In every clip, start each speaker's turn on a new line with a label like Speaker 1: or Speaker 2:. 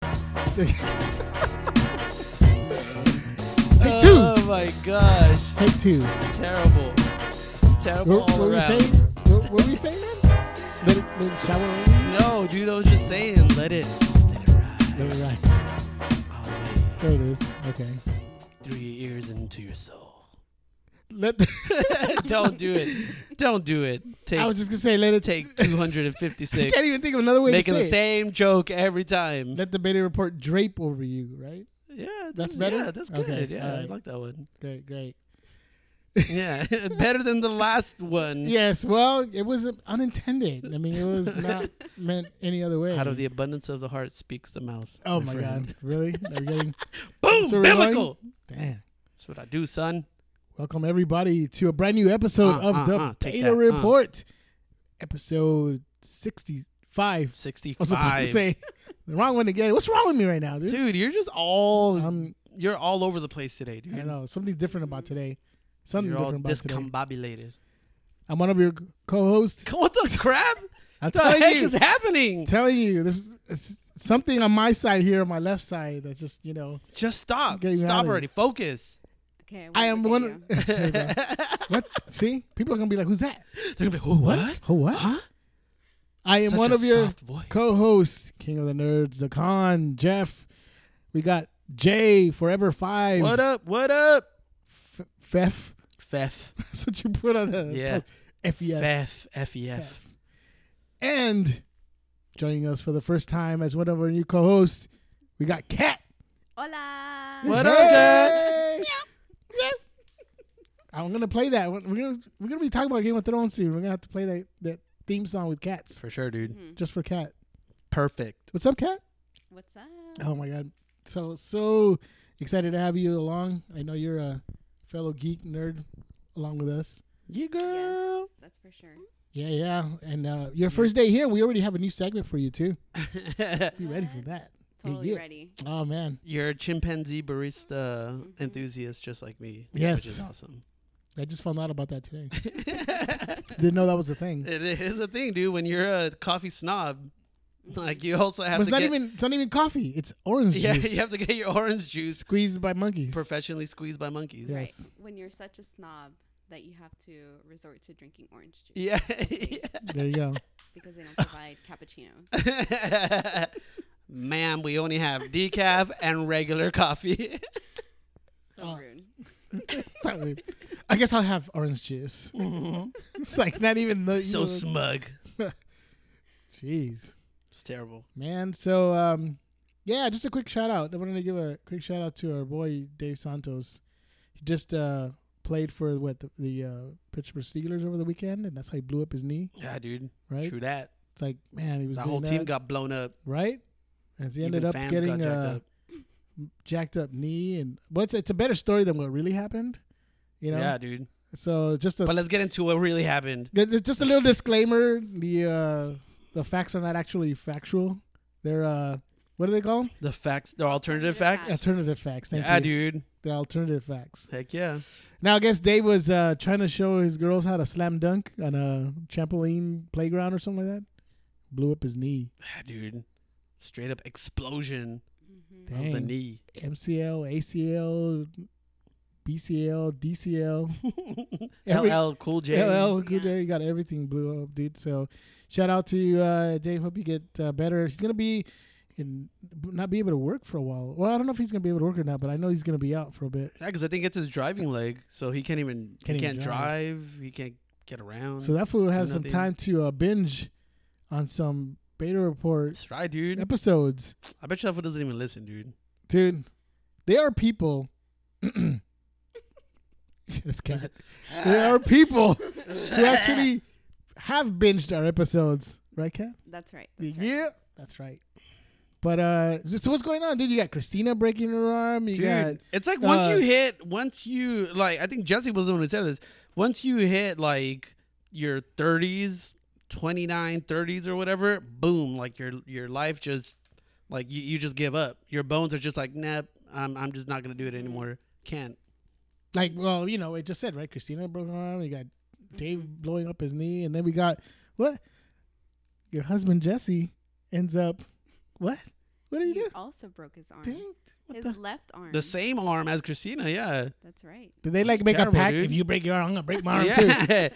Speaker 1: Take two.
Speaker 2: Oh my gosh.
Speaker 1: Take two.
Speaker 2: Terrible.
Speaker 1: What,
Speaker 2: Terrible
Speaker 1: what
Speaker 2: all
Speaker 1: were we
Speaker 2: around.
Speaker 1: saying? What, what were we saying then? Let it, let it shower on
Speaker 2: No, dude, I was just saying, let it, let it
Speaker 1: you? Let
Speaker 2: ride
Speaker 1: it ride.
Speaker 2: all the way
Speaker 1: There it is. Okay.
Speaker 2: through your ears and into your soul.
Speaker 1: Let.
Speaker 2: Don't do it. Don't do it. Take
Speaker 1: I was just gonna say let it
Speaker 2: take
Speaker 1: I
Speaker 2: 256.
Speaker 1: can't even think of another way
Speaker 2: Making
Speaker 1: to
Speaker 2: the
Speaker 1: say it.
Speaker 2: same joke every time.
Speaker 1: Let the beta report drape over you. Right.
Speaker 2: yeah,
Speaker 1: That's
Speaker 2: th-
Speaker 1: better?
Speaker 2: Yeah, that's good.
Speaker 1: Okay,
Speaker 2: yeah, I
Speaker 1: alright.
Speaker 2: like that one.
Speaker 1: Great. Great.
Speaker 2: Yeah, better than the last one.
Speaker 1: Yes. Well, it was unintended. I mean, it was not meant any other way.
Speaker 2: Out of the abundance of the heart speaks the mouth.
Speaker 1: Oh my God! Really? Are we getting
Speaker 2: Boom!
Speaker 1: So we're
Speaker 2: biblical.
Speaker 1: damn.
Speaker 2: That's what I do, son.
Speaker 1: Welcome everybody to a brand new episode
Speaker 2: Uh,
Speaker 1: of
Speaker 2: uh,
Speaker 1: the
Speaker 2: uh, take
Speaker 1: Beta
Speaker 2: that, uh.
Speaker 1: Report, episode sixty-five. I was about to
Speaker 2: 65.
Speaker 1: say the wrong one again. What's wrong with me right now, dude?
Speaker 2: Dude, you're just all
Speaker 1: Um,
Speaker 2: you're all over the place today, dude.
Speaker 1: I don't know. Something's different about today. Something
Speaker 2: You're all
Speaker 1: different about today.
Speaker 2: discombobulated.
Speaker 1: I'm one of your co-hosts.
Speaker 2: What the crap?
Speaker 1: I'm
Speaker 2: the heck
Speaker 1: telling you,
Speaker 2: is happening?
Speaker 1: telling you, this is it's something on my side here, on my left side. That just you know,
Speaker 2: Just stop.
Speaker 1: Get you out of
Speaker 2: Stop
Speaker 1: here.
Speaker 2: already. Focus.
Speaker 3: Okay, we'll
Speaker 1: I am
Speaker 3: look at
Speaker 1: one. There you go. what? See, people are gonna be like, "Who's that?
Speaker 2: They're gonna be, oh, what?
Speaker 1: Who? What?
Speaker 2: Huh?
Speaker 1: I am
Speaker 2: Such
Speaker 1: one
Speaker 2: a
Speaker 1: of your
Speaker 2: soft voice.
Speaker 1: co-hosts, King of the Nerds, the Con, Jeff. We got Jay, Forever Five,
Speaker 2: What up? What up?
Speaker 1: F- Fef.
Speaker 2: Fef.
Speaker 1: That's what you put on the
Speaker 2: Yeah.
Speaker 1: F E F.
Speaker 2: Fef. F E F.
Speaker 1: And joining us for the first time as one of our new co-hosts, we got Kat.
Speaker 3: you. Hola.
Speaker 2: What up, Kat?
Speaker 1: Hey! I'm gonna play that. We're gonna we're gonna be talking about Game of Thrones soon. We're gonna have to play that that theme song with cats,
Speaker 2: For sure, dude.
Speaker 3: Mhm.
Speaker 1: just for Kat.
Speaker 2: Perfect.
Speaker 1: What's up, Kat?
Speaker 3: What's up?
Speaker 1: Oh my god, so so excited to have you along. I know you're a fellow geek nerd along with us.
Speaker 2: You girl.
Speaker 3: That's for sure.
Speaker 1: Yeah, yeah. And uh, your first day here, we already have a new segment for you too. Be ready for
Speaker 3: What?
Speaker 1: that. Yeah,
Speaker 3: Totally
Speaker 1: yeah.
Speaker 3: ready.
Speaker 1: Oh man,
Speaker 2: You're a chimpanzee barista enthusiast just like me.
Speaker 1: Yes.
Speaker 2: Which is awesome.
Speaker 1: I just found out about that today.
Speaker 2: it
Speaker 1: Didn't know that was a thing.
Speaker 2: is a thing, dude. When you're a coffee snob, like you also have
Speaker 1: But it's
Speaker 2: to
Speaker 1: not
Speaker 2: get
Speaker 1: even it's not even coffee. It's orange
Speaker 2: yeah,
Speaker 1: juice
Speaker 2: you have to get your orange juice
Speaker 1: squeezed by monkeys.
Speaker 2: professionally squeezed by monkeys.
Speaker 1: Yeah.
Speaker 3: Right.
Speaker 1: Yes.
Speaker 3: When you're such a snob that you have to resort to drinking orange juice
Speaker 2: Yeah.
Speaker 1: There you go.
Speaker 3: because they don't provide cappuccinos.
Speaker 2: Ma'am, we only have decaf and regular coffee.
Speaker 3: So
Speaker 1: Oh.
Speaker 3: rude.
Speaker 1: Sorry. I guess I'll have orange juice. Mm-hmm. it's like not even the
Speaker 2: so smug.
Speaker 1: Jeez,
Speaker 2: It's terrible.
Speaker 1: man. So um, yeah, just a quick shout out. I wanted to give a quick shout out to our boy Dave Santos. He just uh played for what the, the uh, Pittsburgh Steelers over the weekend, and that's how he blew up his knee.
Speaker 2: Yeah, dude.
Speaker 1: Right?
Speaker 2: True that.
Speaker 1: It's like man, he was
Speaker 2: The
Speaker 1: doing
Speaker 2: whole
Speaker 1: that,
Speaker 2: team got blown up.
Speaker 1: right. And he
Speaker 2: Even
Speaker 1: ended up
Speaker 2: fans
Speaker 1: getting
Speaker 2: got jacked
Speaker 1: uh,
Speaker 2: up.
Speaker 1: jacked up knee and but it's, it's a better story than what really happened you know
Speaker 2: yeah, dude.
Speaker 1: so just a
Speaker 2: But let's get into what really happened.
Speaker 1: th- th- just a little disclaimer the uh the facts are not actually factual they're uh what do they call them
Speaker 2: The facts, the alternative
Speaker 3: Alternative
Speaker 2: facts.
Speaker 3: facts.
Speaker 1: alternative facts thank
Speaker 2: yeah,
Speaker 1: you
Speaker 2: dude.
Speaker 1: they're alternative facts
Speaker 2: Heck yeah.
Speaker 1: now i guess dave was uh trying to show his girls how to slam dunk on a trampoline playground or something like that blew up his knee
Speaker 2: Ah, dude. Straight up explosion
Speaker 3: Mm-hmm.
Speaker 2: of the
Speaker 1: Dang.
Speaker 2: knee.
Speaker 1: mcl acl bcl dcl Every-
Speaker 2: LL Cool J.
Speaker 1: LL Cool
Speaker 3: Yeah.
Speaker 1: J got everything blew up, dude. So shout out to uh, Dave. Hope you get uh, better. He's gonna be in not be able to work for a while. Well, I don't know if he's gonna be able to work or not, but I know he's gonna be out for a bit.
Speaker 2: Yeah, because I think it's his driving leg, so he can't even
Speaker 1: Can't
Speaker 2: he
Speaker 1: even
Speaker 2: can't drive. He can't get around.
Speaker 1: So that fool has some
Speaker 2: nothing.
Speaker 1: time to uh, binge on some Beta Report
Speaker 2: That's right, dude.
Speaker 1: episodes,
Speaker 2: I bet you that fool doesn't even listen, dude.
Speaker 1: dude. They are people. this cat. They are people who actually have binged our episodes, right, Cat?
Speaker 3: That's right. That's right.
Speaker 1: Yeah, that's right. But uh, so what's going on, dude? You got Christina breaking her arm. You
Speaker 2: Dude,
Speaker 1: got
Speaker 2: it's like once
Speaker 1: uh,
Speaker 2: you hit, once you like, I think Jesse was the one who said this. Once you hit like your 30s, 29, 30s or whatever, boom, like your your life just like you, you just give up. Your bones are just like, nah, I'm I'm just not gonna do it anymore. Can't.
Speaker 1: like, well, you know, it just said right. Christina broke her arm. You got Dave blowing up his knee, and then we got what? Your husband Jesse ends up what? What did he
Speaker 3: He
Speaker 1: do?
Speaker 3: also broke his arm.
Speaker 1: Dang, what
Speaker 3: his
Speaker 1: the?
Speaker 3: left arm.
Speaker 2: The same arm as Christina, yeah.
Speaker 3: That's right.
Speaker 1: Did they like
Speaker 2: It's
Speaker 1: make
Speaker 2: terrible,
Speaker 1: a pact?
Speaker 2: dude.
Speaker 1: If you break your arm, I'm gonna break my arm too.
Speaker 2: yeah.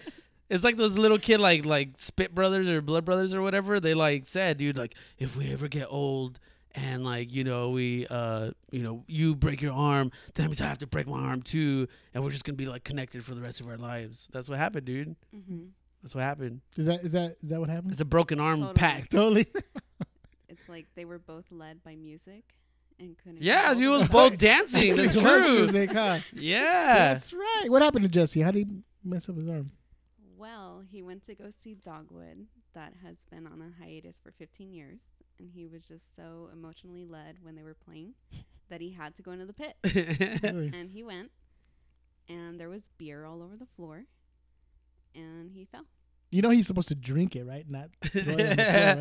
Speaker 2: It's like those little kid like like Spit Brothers or Blood Brothers or whatever. They like said, dude, like if we ever get old and like you know we uh you know you break your arm, that means I have to break my arm too, and we're just gonna be like connected for the rest of our lives. That's what happened, dude.
Speaker 3: hmm
Speaker 2: That's what happened.
Speaker 1: Is that is that is that what happened?
Speaker 2: It's a broken arm
Speaker 3: Totally.
Speaker 2: pact.
Speaker 1: Totally.
Speaker 3: It's like they were both led by music and couldn't.
Speaker 2: Yeah,
Speaker 3: control
Speaker 2: you was
Speaker 3: themselves.
Speaker 2: both dancing. That's
Speaker 1: It's
Speaker 2: true.
Speaker 1: music, huh?
Speaker 2: Yeah.
Speaker 1: That's right. What happened to Jesse? How did he mess up his arm?
Speaker 3: Well, he went to go see Dogwood, that has been on a hiatus for 15 years, and he was just so emotionally led when they were playing that he had to go into the pit.
Speaker 1: Really?
Speaker 3: and he went, and there was beer all over the floor, and he fell.
Speaker 1: You know he's supposed to drink it, right? Not throw it on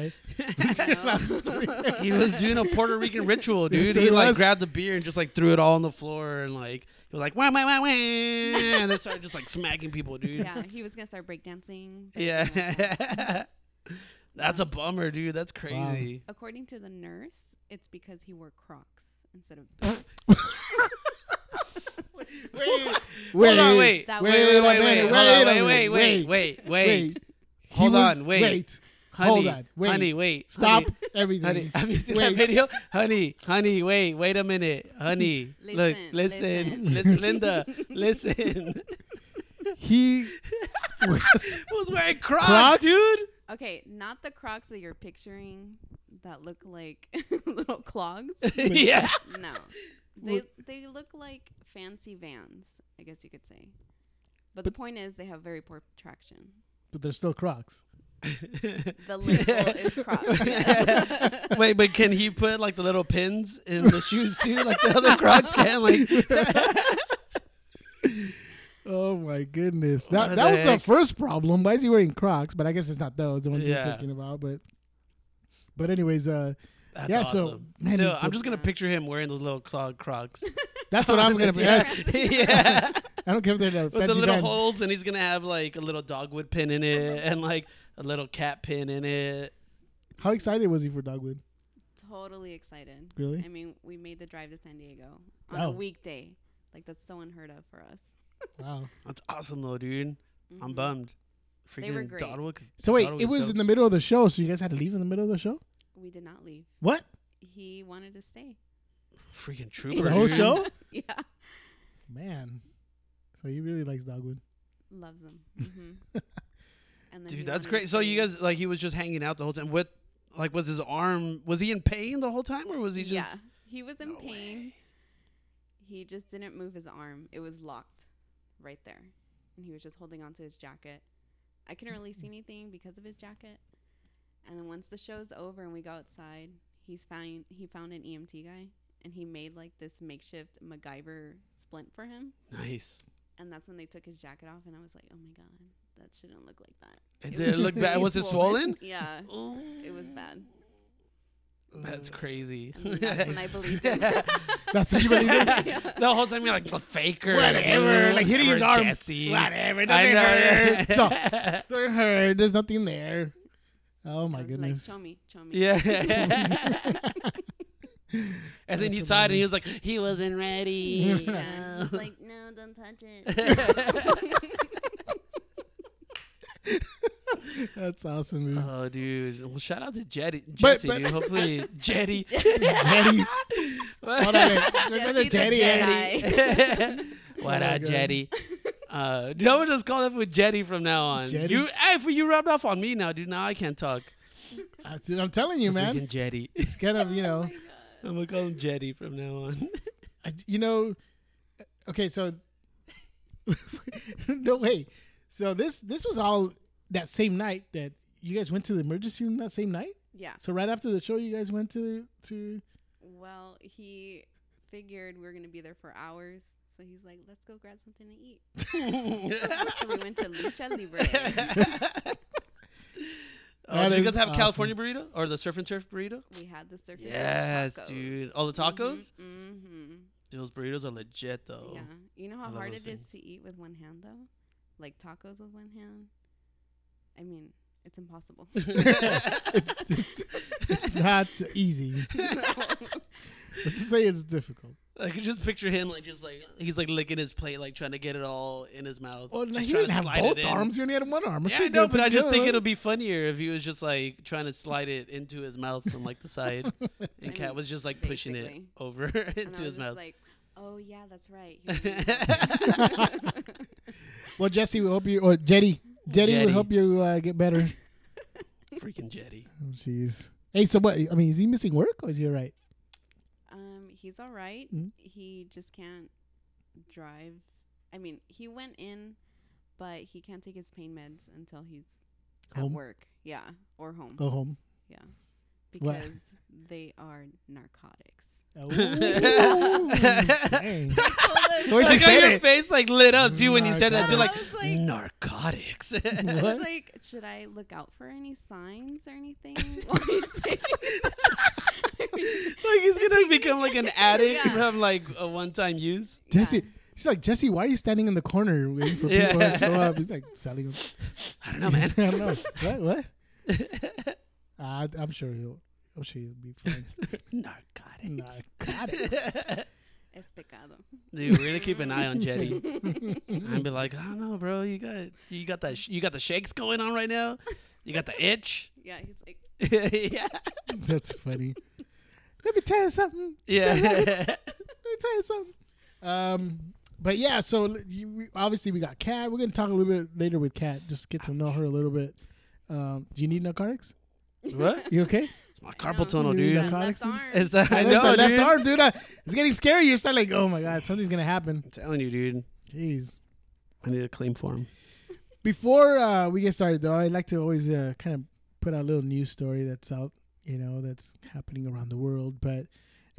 Speaker 1: the floor, right?
Speaker 3: No.
Speaker 2: He was doing a Puerto Rican ritual,
Speaker 1: Yes,
Speaker 2: dude.
Speaker 1: he
Speaker 2: He like
Speaker 1: was.
Speaker 2: grabbed the beer and just like threw it all on the floor and like he was like wah wah wah wah, and then started just like smacking people, dude.
Speaker 3: yeah, he was gonna start breakdancing. but he
Speaker 2: Yeah,
Speaker 3: didn't like that.
Speaker 2: that's a bummer, dude. That's crazy.
Speaker 3: According to the nurse, it's because he wore Crocs instead of boots.
Speaker 1: Wait,
Speaker 2: Hold on, wait,
Speaker 3: That
Speaker 2: wait, wait,
Speaker 3: was-
Speaker 1: Wait a
Speaker 2: wait, wait,
Speaker 1: minute,
Speaker 2: hold
Speaker 1: wait
Speaker 2: on, wait,
Speaker 1: a
Speaker 2: wait,
Speaker 1: minute,
Speaker 2: wait, wait,
Speaker 1: wait.
Speaker 2: wait.
Speaker 1: He
Speaker 2: Hold
Speaker 1: was-
Speaker 2: on, wait. Honey,
Speaker 1: Hold on, wait.
Speaker 2: honey, wait,
Speaker 1: Stop
Speaker 2: honey,
Speaker 1: everything.
Speaker 2: honey. Have you seen
Speaker 1: Wait.
Speaker 2: that video? Honey, honey, wait, wait a minute, honey. Look,
Speaker 3: Listen,
Speaker 2: listen,
Speaker 3: listen.
Speaker 2: listen, Linda, listen.
Speaker 1: He was
Speaker 2: was wearing Crocs,
Speaker 1: Crocs?
Speaker 2: dude.
Speaker 3: Okay, not the Crocs that you're picturing that look like little clogs.
Speaker 2: yeah.
Speaker 3: No. They they look like fancy vans, I guess you could say. But, the point is they have very poor traction.
Speaker 1: but they're still Crocs.
Speaker 3: The label is Crocs.
Speaker 2: Wait, but can he put like the little pins in the shoes too, like the other Crocs can? Like,
Speaker 1: Oh my goodness.
Speaker 2: What
Speaker 1: That
Speaker 2: the
Speaker 1: that was the
Speaker 2: heck?
Speaker 1: first problem. Why is he wearing Crocs? But I guess it's not those, the ones
Speaker 2: Yeah.
Speaker 1: you're thinking about, but but anyways, uh
Speaker 2: that's
Speaker 1: Yeah,
Speaker 2: awesome.
Speaker 1: so, man,
Speaker 2: Still,
Speaker 1: he's
Speaker 2: I'm
Speaker 1: a-
Speaker 2: just gonna picture him wearing those little clog Crocs.
Speaker 1: that's what I'm gonna
Speaker 2: yeah.
Speaker 1: yes.
Speaker 2: yeah.
Speaker 1: I don't care if they're the
Speaker 2: with the
Speaker 1: fancy
Speaker 2: little
Speaker 1: vans.
Speaker 2: holes, and he's gonna have like a little dogwood pin in it, and like a little cat pin in it.
Speaker 1: How excited was he for Dogwood?
Speaker 3: totally excited.
Speaker 1: Really?
Speaker 3: I mean, we made the drive to San Diego on
Speaker 1: Oh.
Speaker 3: a weekday. Like that's so unheard of for us.
Speaker 1: Wow.
Speaker 2: That's awesome, though, dude. I'm
Speaker 3: Mhm.
Speaker 2: bummed. Freaking
Speaker 3: They were great.
Speaker 2: Dogwood, 'cause
Speaker 1: So wait,
Speaker 2: Dogwood
Speaker 1: it was
Speaker 2: dope.
Speaker 1: in the middle of the show, so you guys had to leave in the middle of the show?
Speaker 3: We did not leave.
Speaker 1: What?
Speaker 3: He wanted to stay.
Speaker 2: freaking trooper.
Speaker 1: The whole
Speaker 2: dude.
Speaker 1: show?
Speaker 3: Yeah.
Speaker 1: Man. So he really likes Dogwood.
Speaker 3: Loves them. hmm and then he
Speaker 2: Dude, that's
Speaker 3: wanted to
Speaker 2: great. So you
Speaker 3: stay.
Speaker 2: guys like he was just hanging out the whole time. What like was his arm was he in pain the whole time or was he just
Speaker 3: yeah he was in
Speaker 2: No
Speaker 3: pain he just didn't move his arm it was locked right there and he was just holding onto his jacket i couldn't really see anything because of his jacket and then once the show's over and we go outside he's found he found an emt guy and he made like this makeshift macgyver splint for him
Speaker 2: nice?
Speaker 3: and that's when they took his jacket off and i was like oh my god that shouldn't look like that
Speaker 2: It,
Speaker 3: It
Speaker 2: did it
Speaker 1: was
Speaker 2: look bad.
Speaker 3: Really
Speaker 2: Was it swollen?
Speaker 3: yeah
Speaker 2: Ooh.
Speaker 3: it was bad
Speaker 2: That's crazy.
Speaker 3: and that's when i believed him
Speaker 1: That's what you believe in?
Speaker 2: the whole time you're like a faker.
Speaker 1: Whatever.
Speaker 2: dude,
Speaker 1: Like hitting his
Speaker 2: or
Speaker 1: arm.
Speaker 2: Jesse.
Speaker 1: Whatever. it
Speaker 2: I
Speaker 1: Doesn't
Speaker 2: know.
Speaker 1: hurt. So, doesn't hurt. There's nothing there. Oh my
Speaker 3: I was
Speaker 1: goodness.
Speaker 3: Like, show me, show me.
Speaker 2: yeah. and then he
Speaker 1: That's
Speaker 2: saw it and
Speaker 1: amazing.
Speaker 2: he
Speaker 1: Mm.
Speaker 2: was like, he wasn't ready.
Speaker 3: Yeah. He's like, no, don't touch it.
Speaker 1: That's awesome, dude.
Speaker 2: Oh, dude! Well, shout out to Jetty,
Speaker 1: But-
Speaker 2: Jesse,
Speaker 1: but-
Speaker 2: dude. Hopefully, Jetty. Uh-huh.
Speaker 1: Jetty. Hold on. There's
Speaker 3: Jesse
Speaker 1: another
Speaker 3: the
Speaker 1: Jetty.
Speaker 3: Jedi.
Speaker 1: Oh
Speaker 2: what
Speaker 1: my
Speaker 2: up,
Speaker 1: God.
Speaker 2: Jetty? Uh, no one just call that with Jetty from now on.
Speaker 1: Jetty?
Speaker 2: You, hey, for you rubbed off on me now, dude. Now I can't talk.
Speaker 1: That's it. I'm telling you, man.
Speaker 2: Freaking Jetty.
Speaker 1: It's kind of, you
Speaker 3: Oh
Speaker 1: know,
Speaker 2: I'm gonna call him Jetty from now on.
Speaker 1: I, you know, okay, so no way. So this this was all that same night that you guys went to the emergency room that same night.
Speaker 3: yeah.
Speaker 1: So right after the show, you guys went to to
Speaker 3: Well, he figured we were gonna be there for hours, so he's like, "Let's go grab something to eat." so we went to Lucha Libre.
Speaker 2: Oh,
Speaker 1: That
Speaker 2: do you guys
Speaker 1: is
Speaker 2: have
Speaker 1: awesome.
Speaker 2: California burrito or the surf and turf burrito?
Speaker 3: We had the surf. and turf
Speaker 2: Yes,
Speaker 3: tacos.
Speaker 2: dude. All the tacos?
Speaker 3: Mm-hmm.
Speaker 2: Those burritos are legit though.
Speaker 3: Yeah. You know
Speaker 2: I
Speaker 3: how
Speaker 2: love
Speaker 3: hard it
Speaker 2: those
Speaker 3: is to eat with one hand, though. Like tacos with one hand. I mean, It's impossible.
Speaker 1: It's- it's- It's not easy. Let's just say it's difficult.
Speaker 2: I could just picture him like just like he's like licking his plate, like trying to get it all in his mouth.
Speaker 1: Well,
Speaker 2: just
Speaker 1: he
Speaker 2: trying
Speaker 1: didn't
Speaker 2: to
Speaker 1: have
Speaker 2: slide
Speaker 1: both
Speaker 2: it in.
Speaker 1: arms. He only had one arm.
Speaker 2: Yeah, I know, but I just think it'll be funnier if he was just like trying to slide it into his mouth from like the side, and Cat
Speaker 3: mean,
Speaker 2: was just like pushing it
Speaker 3: basically.
Speaker 2: over
Speaker 3: and I
Speaker 2: into
Speaker 3: was
Speaker 2: his
Speaker 3: just
Speaker 2: mouth.
Speaker 3: like, oh yeah, that's right. He was in the house."
Speaker 1: Well, Jesse, we hope you. Or Jetty, Jetty,
Speaker 2: Jetty.
Speaker 1: we hope you uh, get better.
Speaker 2: Freaking Jetty.
Speaker 1: Oh, Jeez. Hey, so what? I mean, is he missing work or is he all right?
Speaker 3: um, he's all right.
Speaker 1: Mhm.
Speaker 3: He just can't drive. I mean, he went in, but he can't take his pain meds until he's
Speaker 1: Home?
Speaker 3: at work. Yeah, or home.
Speaker 1: Go home.
Speaker 3: Yeah,
Speaker 1: What?
Speaker 3: because they are narcotics.
Speaker 1: Oh, dang. The way she
Speaker 2: Like how
Speaker 1: said
Speaker 2: your
Speaker 1: it.
Speaker 2: face like lit up too when you said
Speaker 1: Narcotics.
Speaker 2: that. Too like
Speaker 3: I was like-
Speaker 2: narcotics.
Speaker 3: I
Speaker 1: What?
Speaker 3: was like, should I look out for any signs or anything? while he's saying-
Speaker 2: like he's gonna become like an addict
Speaker 3: Yeah.
Speaker 2: from like a one-time use.
Speaker 1: Jesse,
Speaker 3: Yeah.
Speaker 1: she's like, Jesse, why are you standing in the corner waiting for
Speaker 2: Yeah.
Speaker 1: people to show up? He's like, selling them.
Speaker 2: I don't know, man.
Speaker 1: I don't know. What? What? Uh, I'm sure he'll. I'm sure he'll be fine.
Speaker 2: narcotics.
Speaker 1: Narcotics.
Speaker 3: Es pecado.
Speaker 2: Dude, we're gonna keep an eye on Jetty. I'd be like, I don't know, bro. You got you got that sh- you got the shakes going on right now. You got the itch.
Speaker 3: Yeah, he's like,
Speaker 2: yeah,
Speaker 1: That's funny. Let me tell you something.
Speaker 2: yeah.
Speaker 1: Let me tell you something. Um, but yeah, so l- you, we, obviously we got Kat. We're gonna talk a little bit later with Kat, just get to know her a little bit. Um, do you need narcotics?
Speaker 2: what?
Speaker 1: You okay?
Speaker 2: It's my
Speaker 3: no,
Speaker 2: carpal tunnel,
Speaker 1: you
Speaker 2: dude.
Speaker 1: got- Narcotics?
Speaker 3: Left arm.
Speaker 2: It's the I
Speaker 1: Yeah, that's
Speaker 2: know,
Speaker 1: the left
Speaker 2: dude.
Speaker 1: arm, dude. I- it's getting scary. You start like, oh my god, something's gonna happen.
Speaker 2: I'm telling you, dude.
Speaker 1: Jeez.
Speaker 2: I need a claim form.
Speaker 1: Before uh, we get started, though, I'd like to always uh, kind of put out a little news story that's out, you know, that's happening around the world. But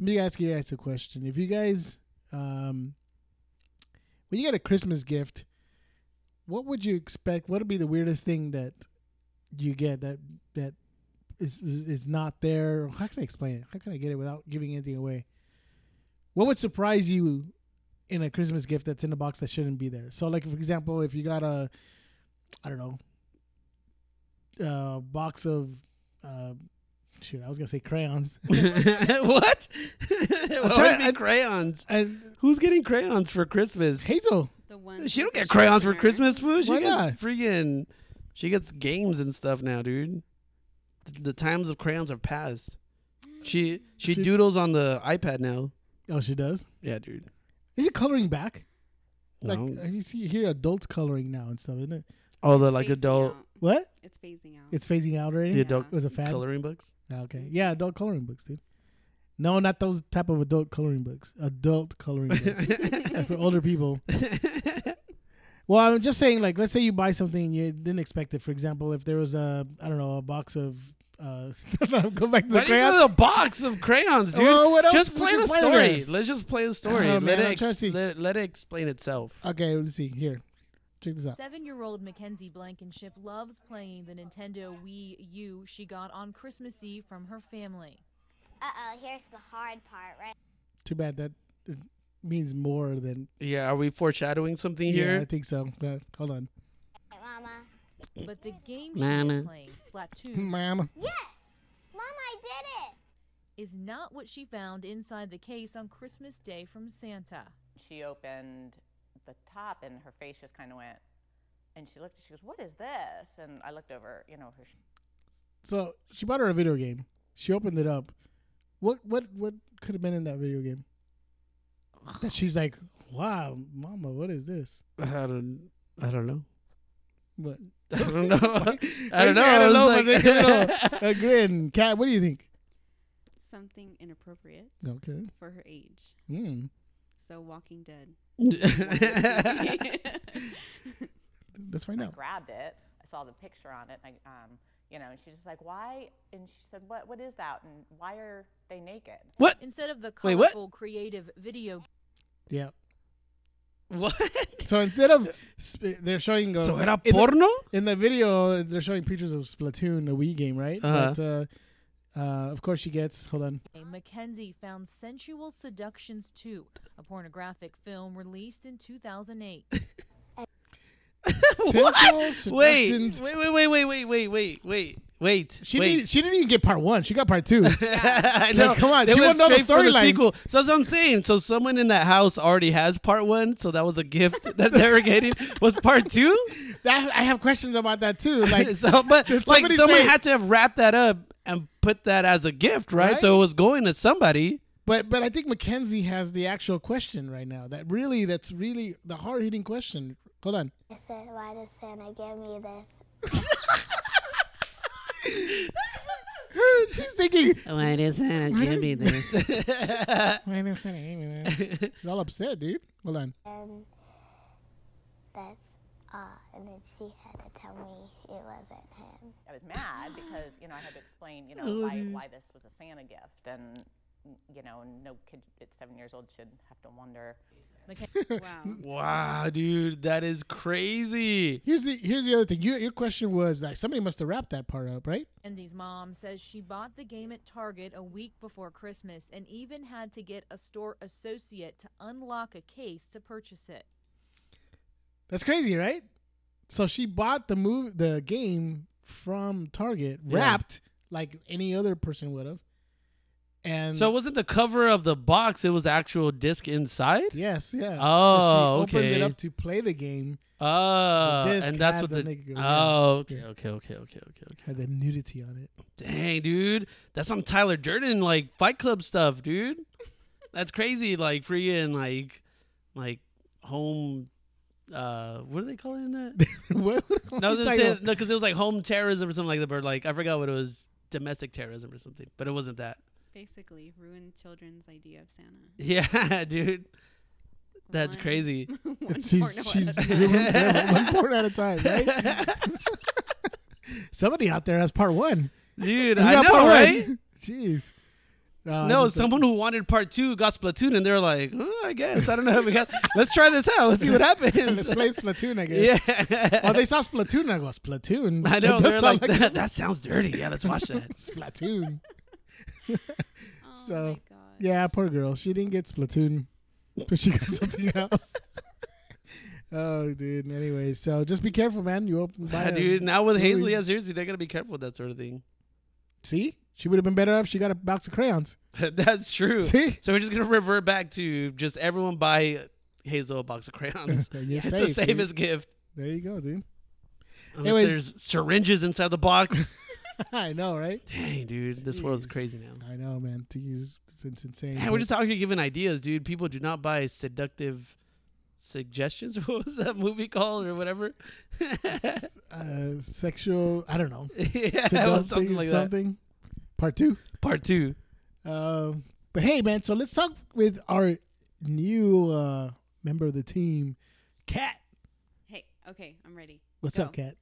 Speaker 1: let me ask you guys a question: If you guys, um, when you get a Christmas gift, what would you expect? What would be the weirdest thing that you get that that is is, is not there? How can I explain it? How can I get it without giving anything away? What would surprise you in a Christmas gift that's in a box that shouldn't be there? So, like for example, if you got a, I don't know, uh, box of, uh, shoot, I was gonna say crayons.
Speaker 2: what? Why would
Speaker 1: trying-
Speaker 2: it be
Speaker 1: I-
Speaker 2: crayons?
Speaker 1: And
Speaker 2: Who's getting crayons for Christmas?
Speaker 1: Hazel,
Speaker 3: the one.
Speaker 2: She don't get crayons for
Speaker 3: sharpener.
Speaker 2: Christmas food. She
Speaker 1: Why
Speaker 2: gets
Speaker 1: not?
Speaker 2: freaking. She gets games and stuff now, dude. Th- The times of crayons are past. She she
Speaker 1: She-
Speaker 2: doodles on the iPad now.
Speaker 1: oh, she does.
Speaker 2: Yeah, dude.
Speaker 1: Is it coloring back? Like uh,
Speaker 2: No.
Speaker 1: you see, you hear adults coloring now and stuff, isn't it?
Speaker 2: all the
Speaker 3: It's
Speaker 2: like
Speaker 3: phasing
Speaker 2: adult
Speaker 3: out.
Speaker 1: What?
Speaker 3: It's phasing out.
Speaker 1: It's phasing out already.
Speaker 2: the
Speaker 3: Yeah.
Speaker 2: adult
Speaker 1: It was a fad.
Speaker 2: coloring books.
Speaker 1: Ah, okay, yeah, adult coloring books, dude. No, not those type of adult coloring books. Adult coloring books like for older people. Well, I'm just saying, like, let's say you buy something and you didn't expect it. For example, if there was a, I don't know, a box of, uh, go back to the
Speaker 2: Why do you go
Speaker 1: crayons.
Speaker 2: to the box of crayons, dude?
Speaker 1: Well, what else
Speaker 2: just
Speaker 1: would
Speaker 2: play
Speaker 1: you
Speaker 2: the
Speaker 1: find in there?
Speaker 2: story. Let's just play the story.
Speaker 1: Oh,
Speaker 2: let,
Speaker 1: man,
Speaker 2: it
Speaker 1: I'm trying
Speaker 2: ex-
Speaker 1: to see.
Speaker 2: let it let it explain itself.
Speaker 1: Okay, let's see here. Check this out.
Speaker 4: Seven year old Mackenzie Blankenship loves playing the Nintendo Wii U she got on Christmas Eve from her family.
Speaker 5: Uh oh, here's the hard part, right?
Speaker 1: Too bad that is, means more than.
Speaker 2: Yeah, are we foreshadowing something
Speaker 1: Yeah, I
Speaker 2: here?
Speaker 1: think so. Uh, hold on,
Speaker 5: Right, Mama?
Speaker 4: But the game she
Speaker 2: Mama.
Speaker 4: was playing,
Speaker 2: Hmm.
Speaker 4: Splatoon,
Speaker 1: ma'am.
Speaker 5: Yes! Mom, I did it!
Speaker 4: is not what she found inside the case on Christmas Day from Santa.
Speaker 6: she opened the top and her face just kind of went and she looked she goes what is this and i looked over you know her sh-
Speaker 1: So she bought her a video game. She opened it up. What what what could have been in that video game? That she's like, wow, mama, what is this?
Speaker 2: I don't. I don't know.
Speaker 1: What?
Speaker 2: I don't know. I
Speaker 1: Raise
Speaker 2: don't know.
Speaker 1: your hand
Speaker 2: I was
Speaker 1: low,
Speaker 2: like-
Speaker 1: but make a little- a grin. Cat, what do you think?
Speaker 3: Something inappropriate
Speaker 1: Okay.
Speaker 3: for her age.
Speaker 1: Mm.
Speaker 3: So Walking Dead.
Speaker 1: Let's find
Speaker 6: I
Speaker 1: out.
Speaker 6: grabbed it i saw the picture on it and i um you know and she's just like why and she said what what is that and why are they naked
Speaker 2: what?
Speaker 4: Instead of the
Speaker 2: Wait, what?
Speaker 4: colorful, creative video
Speaker 1: Yeah.
Speaker 2: What?
Speaker 1: So instead of sp- they're showing uh,
Speaker 2: So era
Speaker 1: in, the,
Speaker 2: porno?
Speaker 1: in the video they're showing pictures of Splatoon, a Wii game, right?
Speaker 2: Uh-huh.
Speaker 1: But uh, uh, of course she gets. Hold on.
Speaker 4: game, Mackenzie found Sensual Seductions 2, a pornographic film released in 2008.
Speaker 1: Central
Speaker 2: Wait,
Speaker 1: Seductions-
Speaker 2: wait, wait, wait, wait, wait, wait, wait, wait, wait.
Speaker 1: She
Speaker 2: wait.
Speaker 1: didn't, e, she didn't even get part one. She got part two.
Speaker 2: I know.
Speaker 1: Like, come on,
Speaker 2: They
Speaker 1: she won't
Speaker 2: went
Speaker 1: know the
Speaker 2: straight for
Speaker 1: storyline.
Speaker 2: sequel. So that's what I'm saying. So someone in that house already has part one. So that was a gift that they were getting. Was part two?
Speaker 1: that, I have questions about that too. Like,
Speaker 2: so, but
Speaker 1: did
Speaker 2: like
Speaker 1: somebody
Speaker 2: someone
Speaker 1: say-
Speaker 2: had to have wrapped that up and put that as a gift, right?
Speaker 1: Right?
Speaker 2: So it was going to somebody.
Speaker 1: but but I think Mackenzie has the actual question right now. That really, that's really the hard hitting question. Hold on.
Speaker 5: I said, why does Santa give me this?
Speaker 1: Her, she's thinking.
Speaker 2: Why does Santa
Speaker 1: give me
Speaker 2: this?
Speaker 1: "Why did Santa give me that?" She's all upset, dude. Hold on.
Speaker 5: And that's all. And then she had to tell me it wasn't him.
Speaker 6: I was mad because you know I had to explain you know why, why this was a Santa gift and you know no kid at seven years old should have to wonder.
Speaker 3: Wow.
Speaker 2: wow, dude, that is crazy.
Speaker 1: Here's the here's the other thing. You, your question was like somebody must have wrapped that part up, right?
Speaker 4: Mackenzie's mom says she bought the game at Target a week before Christmas and even had to get a store associate to unlock a case to purchase it.
Speaker 1: That's crazy, right? So she bought the move the game from Target
Speaker 2: Yeah.
Speaker 1: wrapped like any other person would have. And
Speaker 2: So it wasn't the cover of the box; it was the actual disc inside.
Speaker 1: yes, yeah. So
Speaker 2: Oh,
Speaker 1: she opened
Speaker 2: okay.
Speaker 1: it up to play the game.
Speaker 2: Oh,
Speaker 1: The disc
Speaker 2: and that's
Speaker 1: had
Speaker 2: what
Speaker 1: the
Speaker 2: the.
Speaker 1: naked girl, yeah.
Speaker 2: oh, okay,
Speaker 1: Yeah.
Speaker 2: okay, okay, okay, okay, okay.
Speaker 1: Had the nudity on it.
Speaker 2: Dang, dude, that's some Tyler Durden like Fight Club stuff, dude. That's crazy. Like freaking like, like home. Uh, what do they call it in that?
Speaker 1: what?
Speaker 2: No, I was
Speaker 1: What
Speaker 2: gonna
Speaker 1: are you
Speaker 2: say-
Speaker 1: talking
Speaker 2: no, because it was like home terrorism or something like that. But like, I forgot what it was. Domestic terrorism or something, but it wasn't that.
Speaker 3: Basically, ruined children's idea of Santa.
Speaker 2: Yeah, dude, that's
Speaker 3: One-
Speaker 2: crazy.
Speaker 1: about?
Speaker 3: one porno
Speaker 1: she's
Speaker 3: at
Speaker 1: she's
Speaker 3: a time.
Speaker 1: doing one, one porn at a time, right? Somebody out there has part one.
Speaker 2: dude,
Speaker 1: You
Speaker 2: I
Speaker 1: got
Speaker 2: know,
Speaker 1: part
Speaker 2: right?
Speaker 1: one. Jeez. No,
Speaker 2: No,
Speaker 1: just a-
Speaker 2: someone who wanted part two got Splatoon, and they're like, "Oh, I guess I don't know. We got let's try this out. Let's see what happens.
Speaker 1: Let's play Splatoon, I guess.
Speaker 2: yeah.
Speaker 1: Oh, they saw Splatoon. and I go Splatoon.
Speaker 2: I
Speaker 1: That
Speaker 2: know.
Speaker 1: does
Speaker 2: They're
Speaker 1: sound
Speaker 2: like, that, that sounds dirty. Yeah, let's watch that.
Speaker 1: Splatoon.
Speaker 3: Oh
Speaker 1: So,
Speaker 3: my god.
Speaker 1: Yeah, poor girl. She didn't get Splatoon, but she got something else. oh, dude. Anyway, so just be careful, man. You open buy a-
Speaker 2: Dude, now with Hazel,
Speaker 1: movies.
Speaker 2: yeah, seriously, they gotta be careful with that sort of thing.
Speaker 1: See, she would have been better if she got a box of crayons.
Speaker 2: That's true.
Speaker 1: See?
Speaker 2: So we're just gonna revert back to just everyone buy Hazel a box of crayons.
Speaker 1: Then you're
Speaker 2: it's the
Speaker 1: safe, dude.
Speaker 2: safest gift.
Speaker 1: There you go, dude.
Speaker 2: Unless
Speaker 1: Anyways.
Speaker 2: there's syringes inside the box.
Speaker 1: I know, right?
Speaker 2: Dang, dude, this world's
Speaker 1: Jeez.
Speaker 2: crazy now.
Speaker 1: I know, man. To use it's insane.
Speaker 2: Man, we're just out here giving ideas, dude. People do not buy seductive suggestions. What was that movie called or whatever?
Speaker 1: uh, sexual. I don't know.
Speaker 2: yeah,
Speaker 1: Seductive
Speaker 2: something like
Speaker 1: something. Part two.
Speaker 2: that. Part two.
Speaker 1: Um, but hey, man, so let's talk with our new uh, member of the team, Kat.
Speaker 3: Hey, okay, I'm ready.
Speaker 1: What's
Speaker 3: Go.
Speaker 1: up, Kat?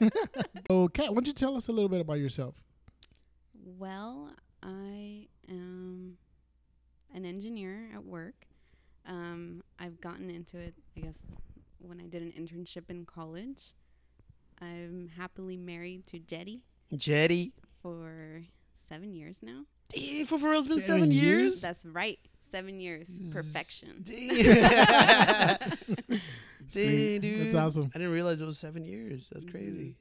Speaker 1: so, Kat, why don't you tell us a little bit about yourself?
Speaker 3: Well, I am an engineer at work. Um, I've gotten into it, I guess, when I did an internship in college. I'm happily married to Jetty
Speaker 2: Jetty.
Speaker 3: for seven years now.
Speaker 2: Dang, for for reals, it's been
Speaker 1: Seven
Speaker 2: seven, years.
Speaker 3: That's right, seven years. Perfection.
Speaker 2: Damn.
Speaker 1: See,
Speaker 2: Dang, dude.
Speaker 1: That's awesome.
Speaker 2: I didn't realize it was seven years. That's crazy.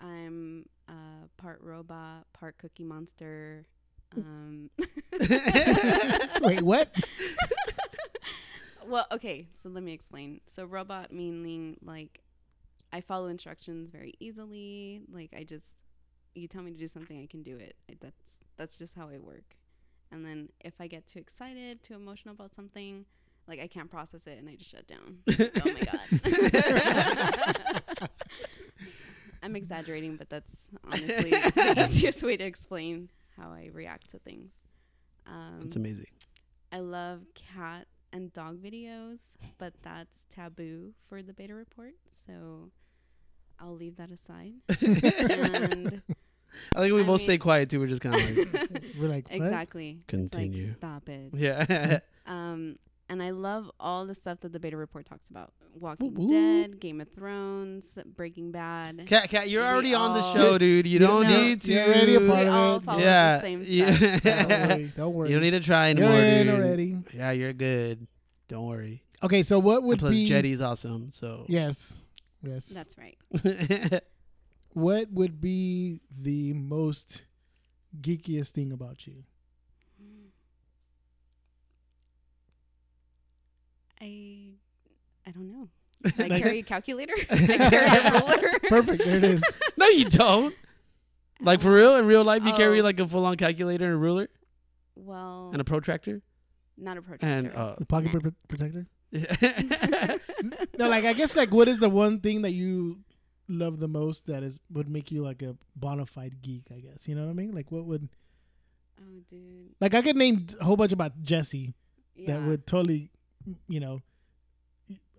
Speaker 3: I'm uh, part robot, part cookie monster. Um,
Speaker 1: Wait, what?
Speaker 3: well, okay, so let me explain. So, robot meaning like I follow instructions very easily. Like I just, you tell me to do something, I can do it. I, that's that's just how I work. And then if I get too excited, too emotional about something, like I can't process it and I just shut down. Like, oh my god. I'm exaggerating, but that's honestly the easiest way to explain how I react to things. Um,
Speaker 2: That's amazing.
Speaker 3: I love cat and dog videos, but that's taboo for the beta report. So I'll leave that aside. and
Speaker 2: I think we
Speaker 3: I
Speaker 2: both stay
Speaker 3: mean-
Speaker 2: quiet too. We're just kind of like,
Speaker 1: We're like, what?
Speaker 3: exactly. It's like,
Speaker 2: Continue.
Speaker 3: stop it.
Speaker 2: yeah.
Speaker 3: Um, and I love all the stuff that the beta report talks about Walking
Speaker 2: Woo woo.
Speaker 3: Dead, Game of Thrones, Breaking Bad.
Speaker 2: Cat, cat, you're
Speaker 3: We
Speaker 2: already on the
Speaker 3: all-
Speaker 2: show, dude. You don't
Speaker 1: No,
Speaker 2: need to.
Speaker 1: you're already a part
Speaker 3: we all
Speaker 1: of it.
Speaker 3: follow
Speaker 2: Yeah,
Speaker 3: the same
Speaker 2: yeah.
Speaker 1: Don't
Speaker 3: stuff. so-
Speaker 1: worry. Don't worry.
Speaker 2: You don't need to try
Speaker 1: You're
Speaker 2: anymore,
Speaker 1: in
Speaker 2: dude.
Speaker 1: already.
Speaker 2: Yeah, you're good. Don't worry.
Speaker 1: Okay, so what
Speaker 2: And
Speaker 1: would
Speaker 2: plus,
Speaker 1: be?
Speaker 2: Jetty's awesome. So
Speaker 1: Yes. Yes.
Speaker 3: That's right.
Speaker 1: what would be the most geekiest thing about you?
Speaker 3: I I don't know. I
Speaker 1: Like-
Speaker 3: carry a calculator. I carry a ruler.
Speaker 1: Perfect. There it is.
Speaker 2: no, you don't. Like for real, in real life, you carry
Speaker 3: Oh.
Speaker 2: like a full-on calculator and a ruler
Speaker 3: Well,
Speaker 2: and a protractor
Speaker 3: not a projector.
Speaker 2: and uh.
Speaker 1: The pocket
Speaker 3: Nah.
Speaker 1: pro- protector. No, like I guess like what is the one thing that you love the most that is would make you like a bona fide geek? I guess you know what I mean. Like what would
Speaker 3: oh, dude.
Speaker 1: like I could name a whole bunch about Jesse
Speaker 3: Yeah.
Speaker 1: that would totally, you know,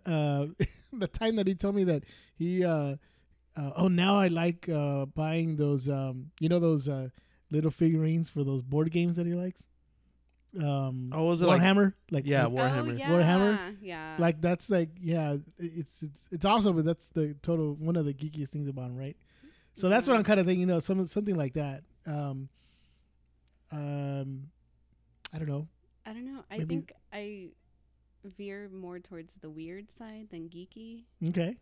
Speaker 1: uh, the time that he told me that he uh, uh oh now I like uh buying those um you know those uh little figurines for those board games that he likes. Um,
Speaker 2: Oh, was it like-
Speaker 1: Warhammer? Like
Speaker 2: yeah,
Speaker 1: like,
Speaker 2: Warhammer.
Speaker 3: Oh, yeah.
Speaker 1: Warhammer?
Speaker 3: Yeah.
Speaker 1: like that's like yeah it's it's it's awesome but that's the total one of the geekiest things about him right so that's what i'm kind of thinking you know some something like that um um i don't know
Speaker 3: I don't know. I
Speaker 1: maybe-
Speaker 3: think I veer more towards the weird side than geeky.
Speaker 1: okay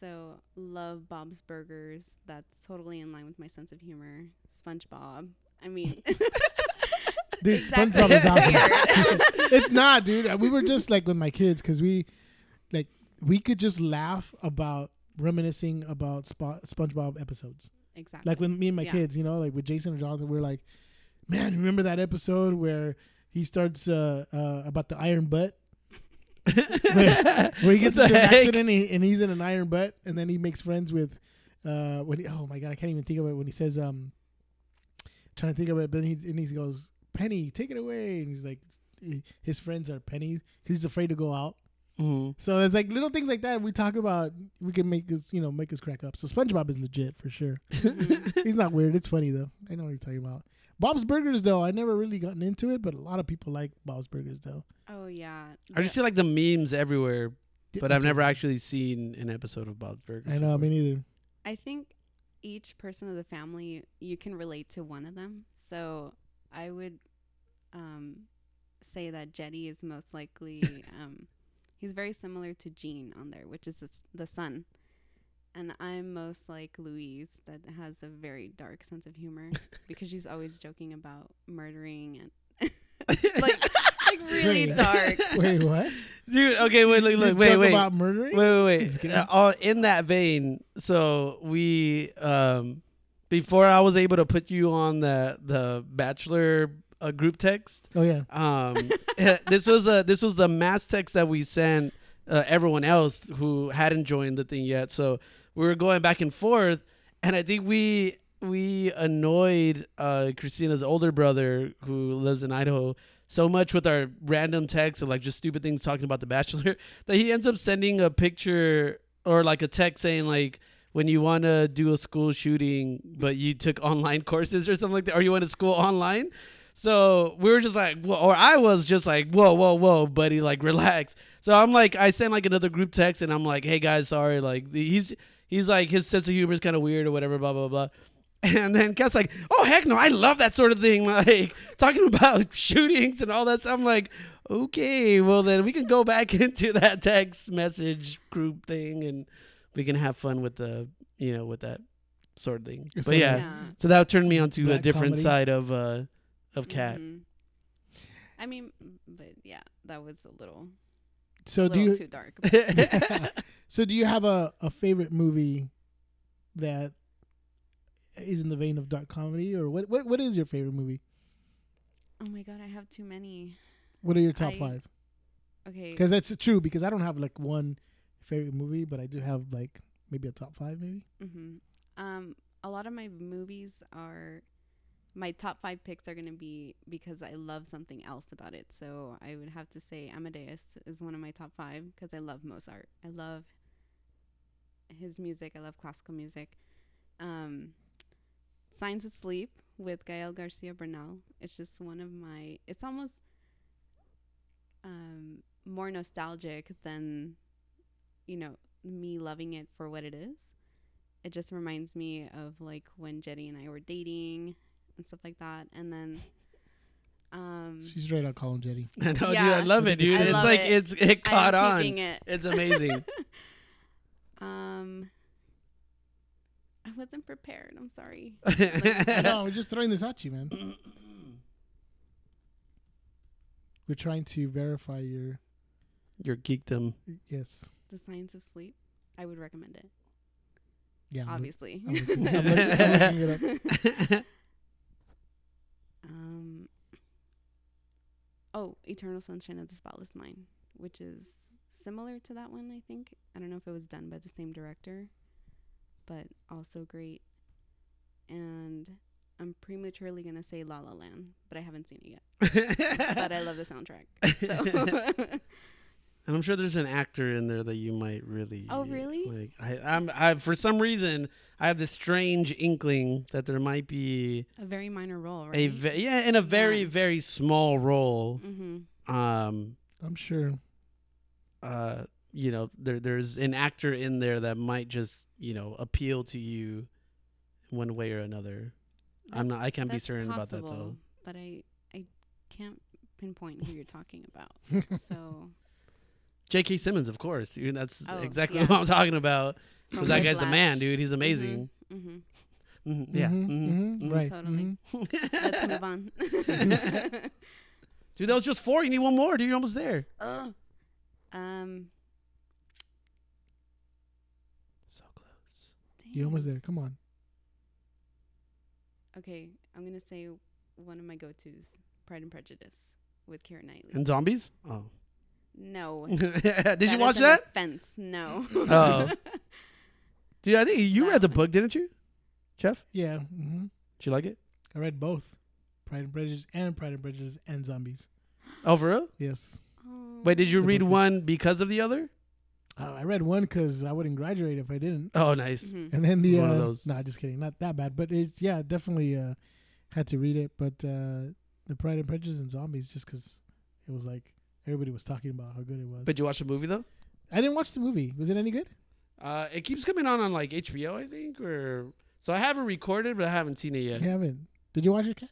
Speaker 3: So love Bob's Burgers. That's totally in line with my sense of humor. SpongeBob. I mean,
Speaker 1: dude
Speaker 3: Exactly.
Speaker 1: spongebob is
Speaker 3: Weird.
Speaker 1: awesome it's not dude Uh, we were just like with my kids because we like we could just laugh about reminiscing about Spo- spongebob episodes
Speaker 3: exactly.
Speaker 1: like with me and my
Speaker 3: Yeah.
Speaker 1: kids, you know, like with Jason and Jonathan, we're like, man, remember that episode where he starts uh, uh, about the iron butt, where, where he gets
Speaker 2: What
Speaker 1: into an
Speaker 2: the heck?
Speaker 1: accident and, he, and he's in an iron butt, and then he makes friends with, uh, when he, oh my god, I can't even think of it when he says, um, trying to think of it, but he and he goes, Penny, take it away, and he's like, his friends are pennies because he's afraid to go out.
Speaker 2: Mhm.
Speaker 1: So it's like little things like that we talk about. We can make us, you know, make us crack up. So SpongeBob is legit for sure. He's not weird. It's funny though. I know what you're talking about. Bob's Burgers though, I never really gotten into it, but a lot of people like Bob's Burgers though.
Speaker 3: oh yeah.
Speaker 2: I just see like the memes everywhere, but I've
Speaker 1: It's-
Speaker 2: never actually seen an episode of Bob's Burgers.
Speaker 1: I know. Me neither.
Speaker 3: I think each person of the family you can relate to one of them. So I would um, say that Jetty is most likely um, he's very similar to Jean on there, which is the s- the son. And I'm most like Louise, that has a very dark sense of humor because she's always joking about murdering and like like really
Speaker 1: Wait.
Speaker 3: dark.
Speaker 1: Wait, what?
Speaker 2: Dude, okay, wait, look,
Speaker 1: You
Speaker 2: look, wait,
Speaker 1: joke
Speaker 2: wait.
Speaker 1: About murdering?
Speaker 2: Wait,
Speaker 1: Just
Speaker 2: wait, wait.
Speaker 1: kidding.
Speaker 2: Uh, all- in that vein, so we um before I was able to put you on the the bachelor uh, group text,
Speaker 1: Oh yeah.
Speaker 2: um eh, this was a this was the mass text that we sent uh, everyone else who hadn't joined the thing yet. So we were going back and forth and I think we we annoyed uh Christina's older brother who lives in Idaho so much with our random texts and like just stupid things talking about the bachelor that he ends up sending a picture or like a text saying like when you want to do a school shooting but you took online courses or something like that or you went to school online so we were just like whoa, or i was just like whoa whoa whoa buddy like relax so i'm like i sent like another group text and i'm like hey guys sorry like the- he's he's like his sense of humor is kind of weird or whatever blah blah blah and then Kat's like, oh, heck no, I love that sort of thing. Like, talking about shootings and all that stuff. I'm like, okay, well, then we can go back into that text message group thing and we can have fun with the, you know, with that sort of thing.
Speaker 1: It's
Speaker 2: But
Speaker 1: like-
Speaker 2: yeah.
Speaker 3: yeah.
Speaker 2: So that turned me onto a
Speaker 1: Black
Speaker 2: different
Speaker 1: comedy.
Speaker 2: side of, uh, of Cat.
Speaker 3: Mhm. I mean, but yeah, that was a little,
Speaker 1: So do
Speaker 3: little
Speaker 1: you?
Speaker 3: too dark. Mm-hmm.
Speaker 1: so do you have a a favorite movie that is in the vein of dark comedy, or what? What, what is your favorite movie?
Speaker 3: Oh my god, I have too many.
Speaker 1: What are your top
Speaker 3: I-
Speaker 1: five?
Speaker 3: Okay.
Speaker 1: Because that's true. Because I don't have like one favorite movie, but I do have like maybe a top five, maybe.
Speaker 3: hmm Um, a lot of my movies are my top five picks are going to be because I love something else about it. So I would have to say Amadeus is one of my top five because I love Mozart. I love his music. I love classical music. Um, Signs of Sleep with Gael Garcia Bernal. It's just one of my. It's almost um, more nostalgic than you know me loving it for what it is. It just reminds me of like when Jetty and I were dating and stuff like that. And then, um,
Speaker 1: She's straight out Colin Jetty.
Speaker 2: I know, dude. I
Speaker 3: Yeah.
Speaker 2: love it, dude.
Speaker 1: I
Speaker 2: it's
Speaker 3: love
Speaker 2: like,
Speaker 3: it.
Speaker 2: it's, it
Speaker 3: I'm
Speaker 2: caught on.
Speaker 3: keeping it.
Speaker 2: It's amazing.
Speaker 3: Um, I wasn't prepared. I'm sorry.
Speaker 1: no, we're just throwing this at you, man. We're trying to verify your
Speaker 2: Your geekdom.
Speaker 1: yes.
Speaker 3: the Science of Sleep. I would recommend it.
Speaker 1: Yeah, I'm
Speaker 2: Mm-hmm.
Speaker 1: look-
Speaker 3: obviously.
Speaker 1: I'm looking- I'm looking- I'm looking it
Speaker 3: um, oh, Eternal Sunshine of the Spotless Mind, which is similar to that one, I think. I don't know if it was done by the same director, but also great. And I'm prematurely going to say La La Land, but I haven't seen it yet. but I love the soundtrack. So
Speaker 2: And I'm sure there's an actor in there that you might really.
Speaker 3: Oh, really?
Speaker 2: Like I, I'm, I for some reason I have this strange inkling that there might be
Speaker 3: a very minor role, right?
Speaker 2: a ve- yeah in a very
Speaker 3: Yeah.
Speaker 2: very small role.
Speaker 3: mm-hmm.
Speaker 2: Um,
Speaker 1: I'm sure.
Speaker 2: uh, you know, there there's an actor in there that might just you know appeal to you, one way or another. I'm not. I can't be
Speaker 3: That's
Speaker 2: certain about that
Speaker 3: possible,
Speaker 2: though.
Speaker 3: But I I can't pinpoint who you're talking about. So
Speaker 2: J.K. Simmons, of course. dude, That's
Speaker 3: Oh,
Speaker 2: exactly
Speaker 3: yeah.
Speaker 2: what I'm talking about. 'Cause
Speaker 3: from
Speaker 2: that guy's the
Speaker 3: Whiplash.
Speaker 2: man, dude. He's amazing.
Speaker 3: Mhm, mhm.
Speaker 2: Mhm, Yeah.
Speaker 1: Mhm,
Speaker 2: mhm,
Speaker 1: mhm,
Speaker 2: mhm.
Speaker 1: Right.
Speaker 3: Totally.
Speaker 1: mhm.
Speaker 3: Mm-hmm. Let's move on.
Speaker 2: Dude, that was just four. You need one more, dude. You're almost there.
Speaker 3: oh. Um.
Speaker 2: So close.
Speaker 1: You're almost
Speaker 3: dang.
Speaker 1: there. Come on.
Speaker 3: Okay, I'm gonna say one of my go-tos: Pride and Prejudice with Keira Knightley.
Speaker 2: And zombies? Oh.
Speaker 3: no.
Speaker 2: Did you
Speaker 3: is
Speaker 2: watch
Speaker 3: an
Speaker 2: that?
Speaker 3: Offense. No.
Speaker 2: Oh. Dude, I think you read the
Speaker 3: No.
Speaker 2: book, didn't you? Jeff?
Speaker 1: Yeah. hmm
Speaker 2: Did you like it?
Speaker 1: I read both, Pride and Prejudice and Pride and Prejudice and Zombies.
Speaker 2: Oh, for real?
Speaker 1: Yes.
Speaker 2: Wait,
Speaker 3: Um,
Speaker 2: did you
Speaker 1: The
Speaker 2: read
Speaker 1: book is-
Speaker 2: one because of the other?
Speaker 1: Uh, I read one because I wouldn't graduate if I didn't.
Speaker 2: Oh, nice.
Speaker 3: Mhm.
Speaker 1: And then the
Speaker 2: One of
Speaker 1: uh,
Speaker 2: those.
Speaker 1: no, just kidding, not that bad. But it's yeah, definitely uh, had to read it. But uh, the Pride and Prejudice and Zombies, just because it was like everybody was talking about how good it was.
Speaker 2: But you watched the movie, though?
Speaker 1: I didn't watch the movie. Was it any good?
Speaker 2: Uh, it keeps coming on on like HBO, I think, or so I haven't recorded, but I haven't seen it yet.
Speaker 1: I haven't. Did you watch it? Kat?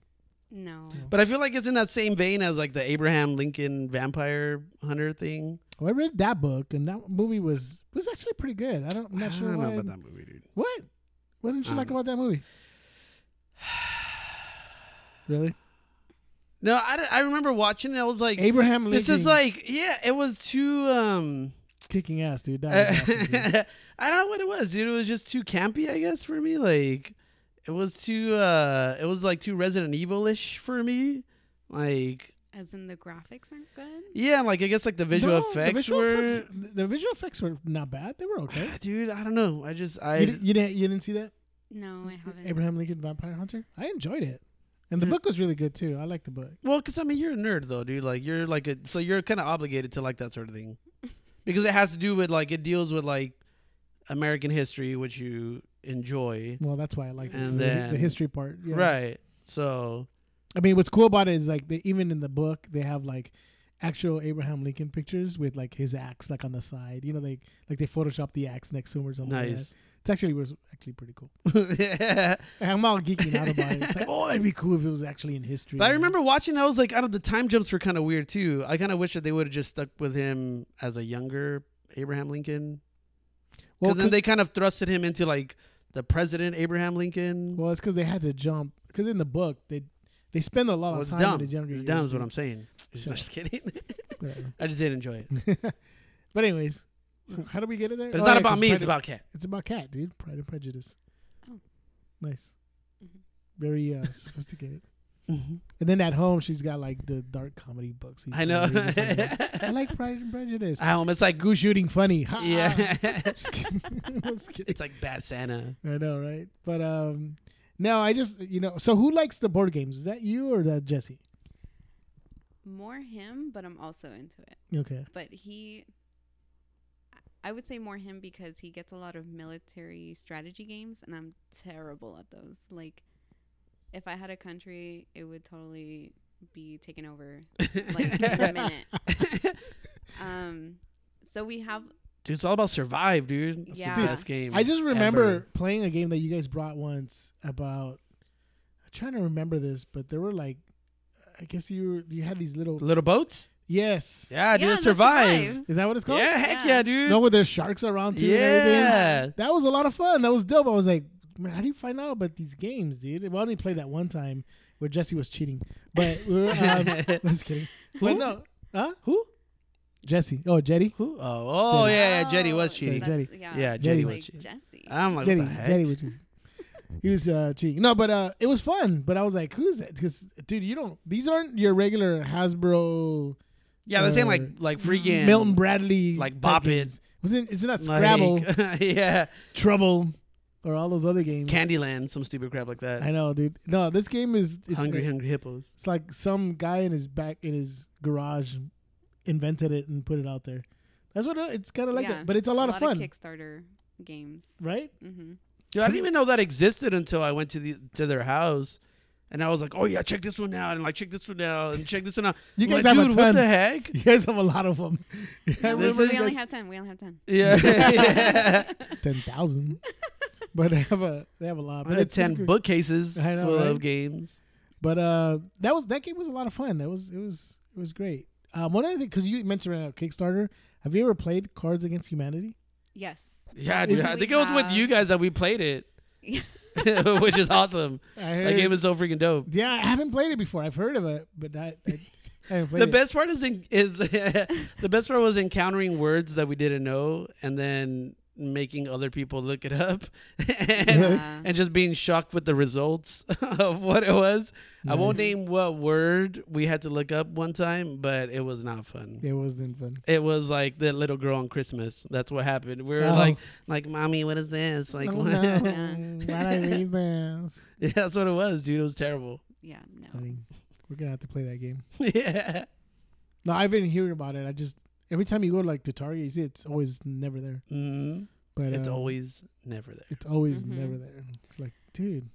Speaker 3: mm-hmm. No.
Speaker 2: But I feel like it's in that same vein as like the Abraham Lincoln vampire hunter thing.
Speaker 1: Oh, I read that book, and that movie was was actually pretty good. I don't, I'm not
Speaker 2: I
Speaker 1: sure
Speaker 2: don't
Speaker 1: why.
Speaker 2: know about that movie, dude.
Speaker 1: What? What didn't you like
Speaker 2: Um,
Speaker 1: about that movie? Really?
Speaker 2: No, I, don't- I remember watching it. I was like,
Speaker 1: Abraham Lincoln.
Speaker 2: this is like, yeah, it was too. um
Speaker 1: kicking ass, dude. That was awesome, dude.
Speaker 2: I don't know what it was, dude. It was just too campy, I guess, for me. Like it was too uh it was like too Resident Evil ish for me. Like
Speaker 3: As in the graphics aren't good.
Speaker 2: yeah, like I guess like the visual
Speaker 1: No, the
Speaker 2: effects
Speaker 1: visual
Speaker 2: were
Speaker 1: effects- the visual effects were not bad. They were okay.
Speaker 2: dude, I don't know. I just I
Speaker 1: you, di- you didn't you didn't see that
Speaker 3: No, I haven't.
Speaker 1: Mm-hmm. Abraham Lincoln Vampire Hunter? I enjoyed it, and the
Speaker 2: Yeah.
Speaker 1: book was really good too. I liked the book.
Speaker 2: well, cause I mean you're a nerd though, dude. Like you're like a so you're kind of obligated to like that sort of thing because it has to do with like it deals with like American history, which you enjoy,
Speaker 1: Well, that's why I liked it,
Speaker 2: And
Speaker 1: 'cause of the hi- the,
Speaker 2: then-
Speaker 1: history part. Yeah.
Speaker 2: right? So
Speaker 1: I mean, what's cool about it is like they even in the book they have like actual Abraham Lincoln pictures with like his axe like on the side. You know, they like they photoshopped the axe next to him or something. like
Speaker 2: nice.
Speaker 1: that. It's actually was actually pretty cool.
Speaker 2: yeah.
Speaker 1: I'm all geeking out about it. It's like, oh, that'd be cool if it was actually in history.
Speaker 2: But I remember watching. I was like, out of the time jumps were kind of weird too. I kind of wish that they would have just stuck with him as a younger Abraham Lincoln.
Speaker 1: well,
Speaker 2: Because then they kind of thrusted him into like the president Abraham Lincoln.
Speaker 1: Well, it's because they had to jump. Because in the book, they they spend a lot
Speaker 2: Well,
Speaker 1: of
Speaker 2: it's
Speaker 1: time
Speaker 2: dumb.
Speaker 1: in the
Speaker 2: It's
Speaker 1: younger years.
Speaker 2: dumb is what
Speaker 1: dude.
Speaker 2: I'm saying. Just,
Speaker 1: Shut
Speaker 2: just kidding.
Speaker 1: Whatever.
Speaker 2: I just didn't enjoy it.
Speaker 1: but anyways, how do we get it there?
Speaker 2: But it's
Speaker 1: Oh,
Speaker 2: not
Speaker 1: yeah,
Speaker 2: about
Speaker 1: 'cause
Speaker 2: me.
Speaker 1: Pride
Speaker 2: It's
Speaker 1: and-
Speaker 2: about cat.
Speaker 1: it's about cat, dude. Pride and Prejudice.
Speaker 3: Oh.
Speaker 1: nice.
Speaker 3: Mhm.
Speaker 1: Very uh, sophisticated. And then at home, she's got like the dark comedy books. you
Speaker 2: I
Speaker 1: can
Speaker 2: know.
Speaker 1: read or something like that. I like Pride and Prejudice.
Speaker 2: I almost like
Speaker 1: Goose shooting funny. Ha.
Speaker 2: yeah.
Speaker 1: Just kidding. Just kidding.
Speaker 2: it's like bad Santa.
Speaker 1: I know, right? But um, no, I just you know. So who likes the board games? Is that you or that Jesse?
Speaker 3: More him, but I'm also into it.
Speaker 1: Okay.
Speaker 3: but he I would say more him because he gets a lot of military strategy games and I'm terrible at those. Like if I had a country, it would totally be taken over like in a minute. Um so we have
Speaker 2: Dude, it's all about survive, dude. That's
Speaker 3: Yeah.
Speaker 2: the best game.
Speaker 1: I just remember
Speaker 2: ever.
Speaker 1: playing a game that you guys brought once about. I'm trying to remember this, but there were like, I guess you were, you had these little
Speaker 2: little boats.
Speaker 1: Yes.
Speaker 2: Yeah, dude,
Speaker 3: Yeah,
Speaker 2: it
Speaker 3: no,
Speaker 2: survived.
Speaker 3: survive.
Speaker 1: Is that what it's called?
Speaker 2: Yeah, heck
Speaker 3: Yeah.
Speaker 2: yeah, dude.
Speaker 1: No, where there's sharks around too and
Speaker 2: Yeah.
Speaker 1: everything. That was a lot of fun. That was dope. I was like, man, how do you find out about these games, dude? Well, I only played that one time where Jesse was cheating. But we were, um, just kidding. But
Speaker 2: Who?
Speaker 1: no. Huh?
Speaker 2: Who?
Speaker 1: Jesse. Oh, Jetty.
Speaker 2: Who? Oh, oh
Speaker 1: Jenny.
Speaker 2: yeah, yeah, Jetty was
Speaker 3: Oh,
Speaker 2: cheating.
Speaker 1: Jenny.
Speaker 3: that's- Yeah,
Speaker 2: Yeah,
Speaker 3: I was
Speaker 1: Jenny
Speaker 2: was
Speaker 3: like,
Speaker 2: cheating.
Speaker 3: Jesse.
Speaker 2: I'm like,
Speaker 1: Jetty.
Speaker 2: what the heck?
Speaker 1: Jetty was cheating. He was uh, cheating. No, but uh, it was fun. But I was like, who's that? Because, dude, you don't. These aren't your regular Hasbro
Speaker 2: yeah, the same like
Speaker 1: Uh,
Speaker 2: like freaking
Speaker 1: Milton Bradley.
Speaker 2: like
Speaker 1: type
Speaker 2: Bop It.
Speaker 1: games. Wasn't isn't that
Speaker 2: like,
Speaker 1: Scrabble,
Speaker 2: yeah,
Speaker 1: Trouble, or all those other games?
Speaker 2: Candyland, some stupid crap like that.
Speaker 1: I know, dude. No, this game is it's
Speaker 2: hungry, hungry hippos.
Speaker 1: It's like some guy in his back in his garage invented it and put it out there. That's what it- it's kind of like
Speaker 3: Yeah.
Speaker 1: that, but it's a lot, of fun,
Speaker 3: Kickstarter games.
Speaker 1: right?
Speaker 3: Mm-hmm.
Speaker 2: Dude, I didn't even know that existed until I went to the to their house, and I was like, "Oh yeah, check this one out," and like check this one out, and check this one out.
Speaker 1: You
Speaker 2: I'm
Speaker 1: guys
Speaker 2: like,
Speaker 1: have
Speaker 2: dude,
Speaker 1: a
Speaker 2: what
Speaker 1: ton.
Speaker 2: the heck?
Speaker 1: You guys have a lot of them. I
Speaker 3: No, we,
Speaker 2: This
Speaker 1: remember
Speaker 2: is-
Speaker 3: we only
Speaker 1: that's
Speaker 3: have ten. We only have ten.
Speaker 2: Yeah, yeah.
Speaker 1: ten thousand, but they have a they have a lot.
Speaker 2: I
Speaker 1: But
Speaker 2: had
Speaker 1: it's
Speaker 2: ten
Speaker 1: it's-
Speaker 2: bookcases
Speaker 1: I know,
Speaker 2: full
Speaker 1: right?
Speaker 2: of games.
Speaker 1: But uh, that was that game was a lot of fun. That was it was it was great. Um, one other thing, because you mentioned right now Kickstarter, have you ever played Cards Against Humanity?
Speaker 3: yes.
Speaker 2: Yeah,
Speaker 1: Isn't
Speaker 2: dude, I
Speaker 3: we
Speaker 2: think it was with
Speaker 3: have-
Speaker 2: you guys that we played it,
Speaker 3: Yeah.
Speaker 2: which is awesome.
Speaker 1: I
Speaker 2: That game is so freaking dope.
Speaker 1: Yeah, I haven't played it before. I've heard of it, but I, I, I haven't played
Speaker 2: the
Speaker 1: it.
Speaker 2: best part is in, is the best part was encountering words that we didn't know and then making other people look it up and,
Speaker 1: Really?
Speaker 3: Yeah.
Speaker 2: and just being shocked with the results of what it was. I won't
Speaker 1: Nice.
Speaker 2: name what word we had to look up one time, but it was not fun.
Speaker 1: It wasn't fun.
Speaker 2: It was like the little girl on Christmas. That's what happened. We were
Speaker 1: Oh.
Speaker 2: like, like, mommy, what is this? Like,
Speaker 1: No,
Speaker 2: what?
Speaker 1: no.
Speaker 3: Yeah.
Speaker 1: Why'd I read this?
Speaker 2: yeah, that's what it was, dude. It was terrible.
Speaker 3: yeah. No.
Speaker 1: I think we're gonna have to play that game.
Speaker 2: yeah.
Speaker 1: No, I've been hearing about it. I just every time you go like to Target, you see it's always never there.
Speaker 2: Mm.
Speaker 1: But
Speaker 2: It's
Speaker 1: um,
Speaker 2: always never there.
Speaker 1: it's always
Speaker 3: Mhm.
Speaker 1: never there. It's like, dude,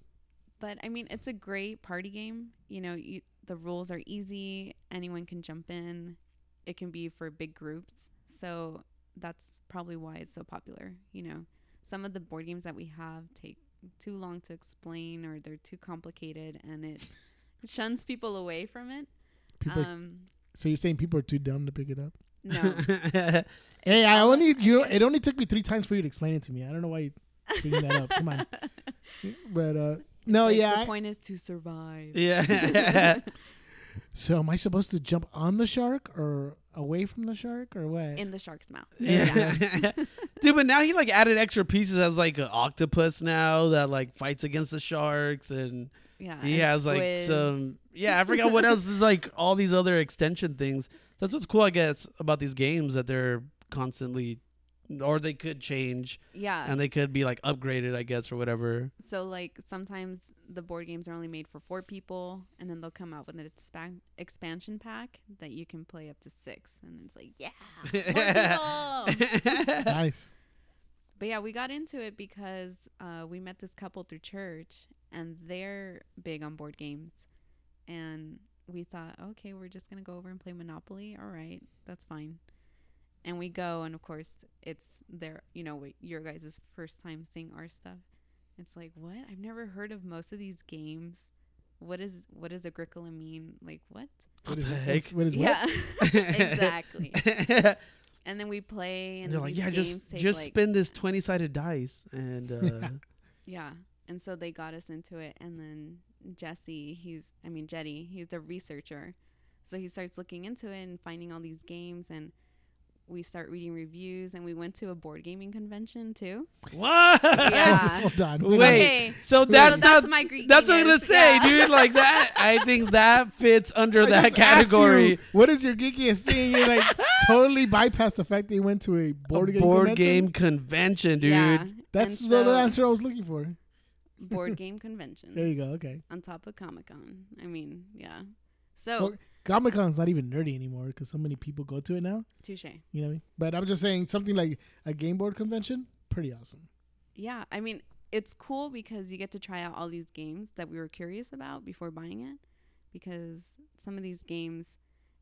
Speaker 3: But I mean, it's a great party game. You know, you, the rules are easy. Anyone can jump in. It can be for big groups. So that's probably why it's so popular. You know, some of the board games that we have take too long to explain or they're too complicated and it shuns people away from it.
Speaker 1: people. are-
Speaker 3: Um,
Speaker 1: so you're saying people are too dumb to pick it up?
Speaker 3: no.
Speaker 1: Hey, I
Speaker 3: Well,
Speaker 1: only
Speaker 3: I
Speaker 1: you. know,
Speaker 3: guess-
Speaker 1: It only took me three times for you to explain it to me. I don't know why you bring that up. Come on. But uh no,
Speaker 3: Like,
Speaker 1: yeah.
Speaker 3: The
Speaker 1: I-
Speaker 3: point is to survive.
Speaker 2: yeah.
Speaker 1: so am I supposed to jump on the shark or away from the shark or what?
Speaker 3: in the shark's mouth.
Speaker 2: Yeah. Dude, but now he like added extra pieces as like an octopus now that like fights against the sharks and
Speaker 3: Yeah.
Speaker 2: he
Speaker 3: and
Speaker 2: has like
Speaker 3: squids.
Speaker 2: some yeah, I forgot what else is like all these other extension things. That's what's cool I guess about these games that they're constantly or they could change
Speaker 3: Yeah.
Speaker 2: and they could be like upgraded I guess or whatever.
Speaker 3: so like sometimes the board games are only made for four people, and then they'll come out with an expan- expansion pack that you can play up to six, and it's like yeah, more people.
Speaker 1: nice.
Speaker 3: But yeah, we got into it because uh, we met this couple through church, and they're big on board games. And we thought, okay, we're just gonna go over and play Monopoly. All right, that's fine. And we go, and of course, it's their, you know, wait, your guys' first time seeing our stuff. It's like, what? I've never heard of most of these games. What is what does Agricola mean? Like what?
Speaker 1: What
Speaker 2: What
Speaker 1: is
Speaker 2: the
Speaker 1: what's-
Speaker 2: heck?
Speaker 1: What is what?
Speaker 3: Yeah, exactly. And then we play,
Speaker 2: They're
Speaker 3: and then
Speaker 2: like,
Speaker 3: these
Speaker 2: yeah,
Speaker 3: games
Speaker 2: just
Speaker 3: take,
Speaker 2: just
Speaker 3: like-
Speaker 2: spin this twenty sided dice and uh
Speaker 3: Yeah. And so they got us into it. And then Jesse, he's, I mean, Jetty, he's a researcher. So he starts looking into it and finding all these games. And we start reading reviews. And we went to a board gaming convention too.
Speaker 2: what?
Speaker 3: Yeah.
Speaker 1: Hold on.
Speaker 2: Wait. So that's not
Speaker 3: so that's my Greek.
Speaker 2: That's what I'm gonna
Speaker 3: geekiness.
Speaker 2: say,
Speaker 3: Yeah.
Speaker 2: dude. Like that, I think that fits under
Speaker 1: I
Speaker 2: that
Speaker 1: just asked
Speaker 2: category.
Speaker 1: you, what is your geekiest thing? You're like totally bypassed the fact that you went to a
Speaker 2: A
Speaker 1: board game.
Speaker 2: board
Speaker 1: convention?
Speaker 2: game convention, dude.
Speaker 3: Yeah.
Speaker 1: That's
Speaker 3: And
Speaker 1: the
Speaker 3: so-
Speaker 1: answer I was looking for.
Speaker 3: Board game convention.
Speaker 1: There you go. Okay.
Speaker 3: On top of Comic Con. I mean, yeah. So,
Speaker 1: Well- Comic Con's not even nerdy anymore because so many people go to it now.
Speaker 3: touche.
Speaker 1: You know what I mean? But I'm just saying something like a game board convention, pretty awesome.
Speaker 3: Yeah, I mean, it's cool because you get to try out all these games that we were curious about before buying it. Because some of these games,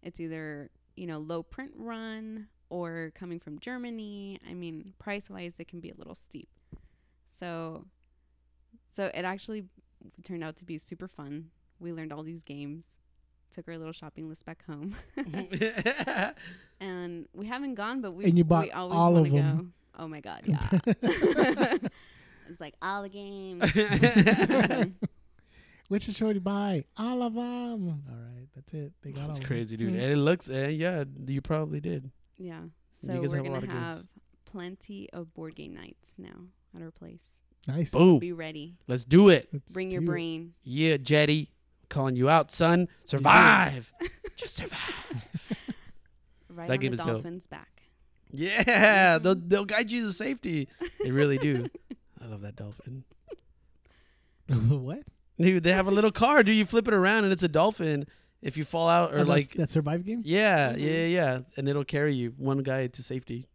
Speaker 3: it's either, you know, low print run or coming from Germany. I mean, price wise, it can be a little steep. So, so it actually turned out to be super fun. We learned all these games. took our little shopping list back home. and we haven't gone, but we
Speaker 1: And you bought
Speaker 3: we always
Speaker 1: all
Speaker 3: wanna
Speaker 1: of 'em.
Speaker 3: Go. Oh my god, yeah. it's like all the games.
Speaker 1: Which is shorty buy? All of them. All right, that's it. They got all
Speaker 2: That's
Speaker 1: of 'em.
Speaker 2: crazy, dude.
Speaker 1: Mm.
Speaker 2: And it looks, uh, yeah, you probably did.
Speaker 3: yeah.
Speaker 2: You
Speaker 3: So
Speaker 2: guys
Speaker 3: we're
Speaker 2: have a lot
Speaker 3: gonna
Speaker 2: of games.
Speaker 3: have plenty of board game nights now at our place.
Speaker 1: Nice.
Speaker 2: Boom.
Speaker 3: Be ready.
Speaker 2: Let's do it.
Speaker 1: Let's
Speaker 3: Bring your
Speaker 1: do it.
Speaker 3: brain.
Speaker 2: Yeah, Jetty. Calling you out, son. Survive. Just survive.
Speaker 3: Right
Speaker 2: That
Speaker 3: on
Speaker 2: game
Speaker 3: the
Speaker 2: is dope.
Speaker 3: dolphin's back.
Speaker 2: Yeah, they'll, they'll guide you to safety. They really do. I love that dolphin.
Speaker 1: what?
Speaker 2: Dude, they have a little car. Dude, you flip it around and it's a dolphin. If you fall out
Speaker 1: Oh,
Speaker 2: or
Speaker 1: that's-
Speaker 2: like,
Speaker 1: that survive game.
Speaker 2: yeah, yeah, yeah, and it'll carry you one guy to safety.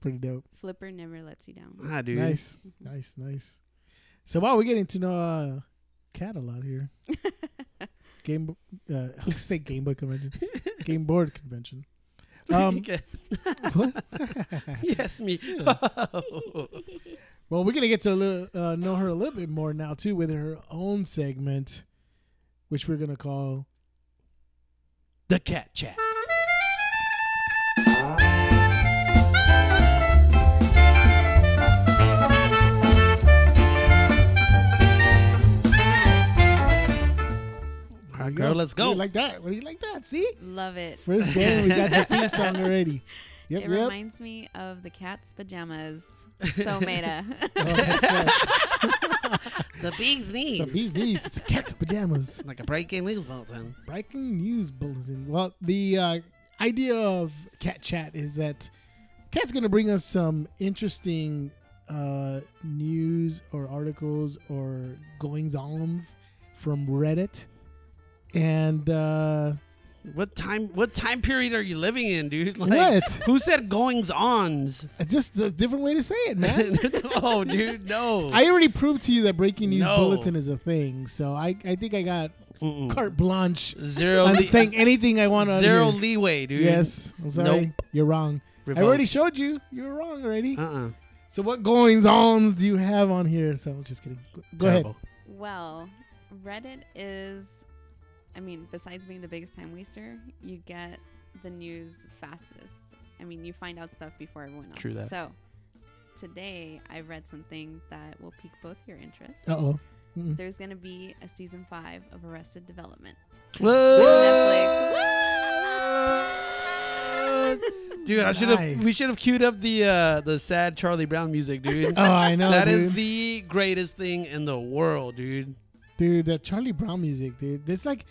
Speaker 1: Pretty dope.
Speaker 3: Flipper never lets you down.
Speaker 2: Ah, dude.
Speaker 1: Nice, nice, nice. So wow, we're getting to know uh, Cat a lot here. Game, Bo- uh, I was say Game Boy convention, Game Board convention. Um, what?
Speaker 2: yes, me.
Speaker 1: well, we're gonna get to a little, uh, know her a little bit more now too with her own segment, which we're gonna call
Speaker 2: the cat chat.
Speaker 1: All right,
Speaker 2: girl, let's go.
Speaker 1: like that? What do you like that? See,
Speaker 3: Love it.
Speaker 1: first game we got the theme song already. Yep,
Speaker 3: it
Speaker 1: yep.
Speaker 3: reminds me of the cat's pajamas. So Maida.
Speaker 1: Oh, that's right.
Speaker 2: The bee's knees.
Speaker 1: the bee's knees. It's cat's pajamas.
Speaker 2: Like a breaking news bulletin.
Speaker 1: Breaking news bulletin. Well, the uh, idea of Cat Chat is that Cat's going to bring us some interesting uh, news or articles or goings ons from Reddit. And uh,
Speaker 2: What time? What time period are you living in, dude? Like,
Speaker 1: What?
Speaker 2: Who said goings ons?
Speaker 1: it's just a different way to say it, man.
Speaker 2: oh, dude, no.
Speaker 1: I already proved to you that breaking news
Speaker 2: No.
Speaker 1: bulletin is a thing. So I, I think I got
Speaker 2: Mm-mm.
Speaker 1: carte blanche.
Speaker 2: zero.
Speaker 1: I'm
Speaker 2: lea-
Speaker 1: saying anything I want on
Speaker 2: zero
Speaker 1: here.
Speaker 2: leeway, dude.
Speaker 1: Yes, I'm sorry.
Speaker 2: Nope.
Speaker 1: You're wrong. I
Speaker 2: Revoke.
Speaker 1: already showed you. You were wrong already.
Speaker 2: Uh-uh.
Speaker 1: So what goings ons do you have on here? So I'm just kidding. Go, go ahead.
Speaker 2: Terrible.
Speaker 3: well, Reddit is, I mean, besides being the biggest time waster, you get the news fastest. I mean, you find out stuff before everyone else.
Speaker 2: True that.
Speaker 3: So today I read something that will pique both your interests.
Speaker 1: Uh oh.
Speaker 3: There's going to be a season five of Arrested Development.
Speaker 2: Whoa. Dude, I should have.
Speaker 1: Nice.
Speaker 2: We should have queued up the uh, the sad Charlie Brown music, dude.
Speaker 1: Oh, I know,
Speaker 2: That is
Speaker 1: dude.
Speaker 2: the greatest thing in the world, dude.
Speaker 1: dude, that Charlie Brown music, dude. That's like.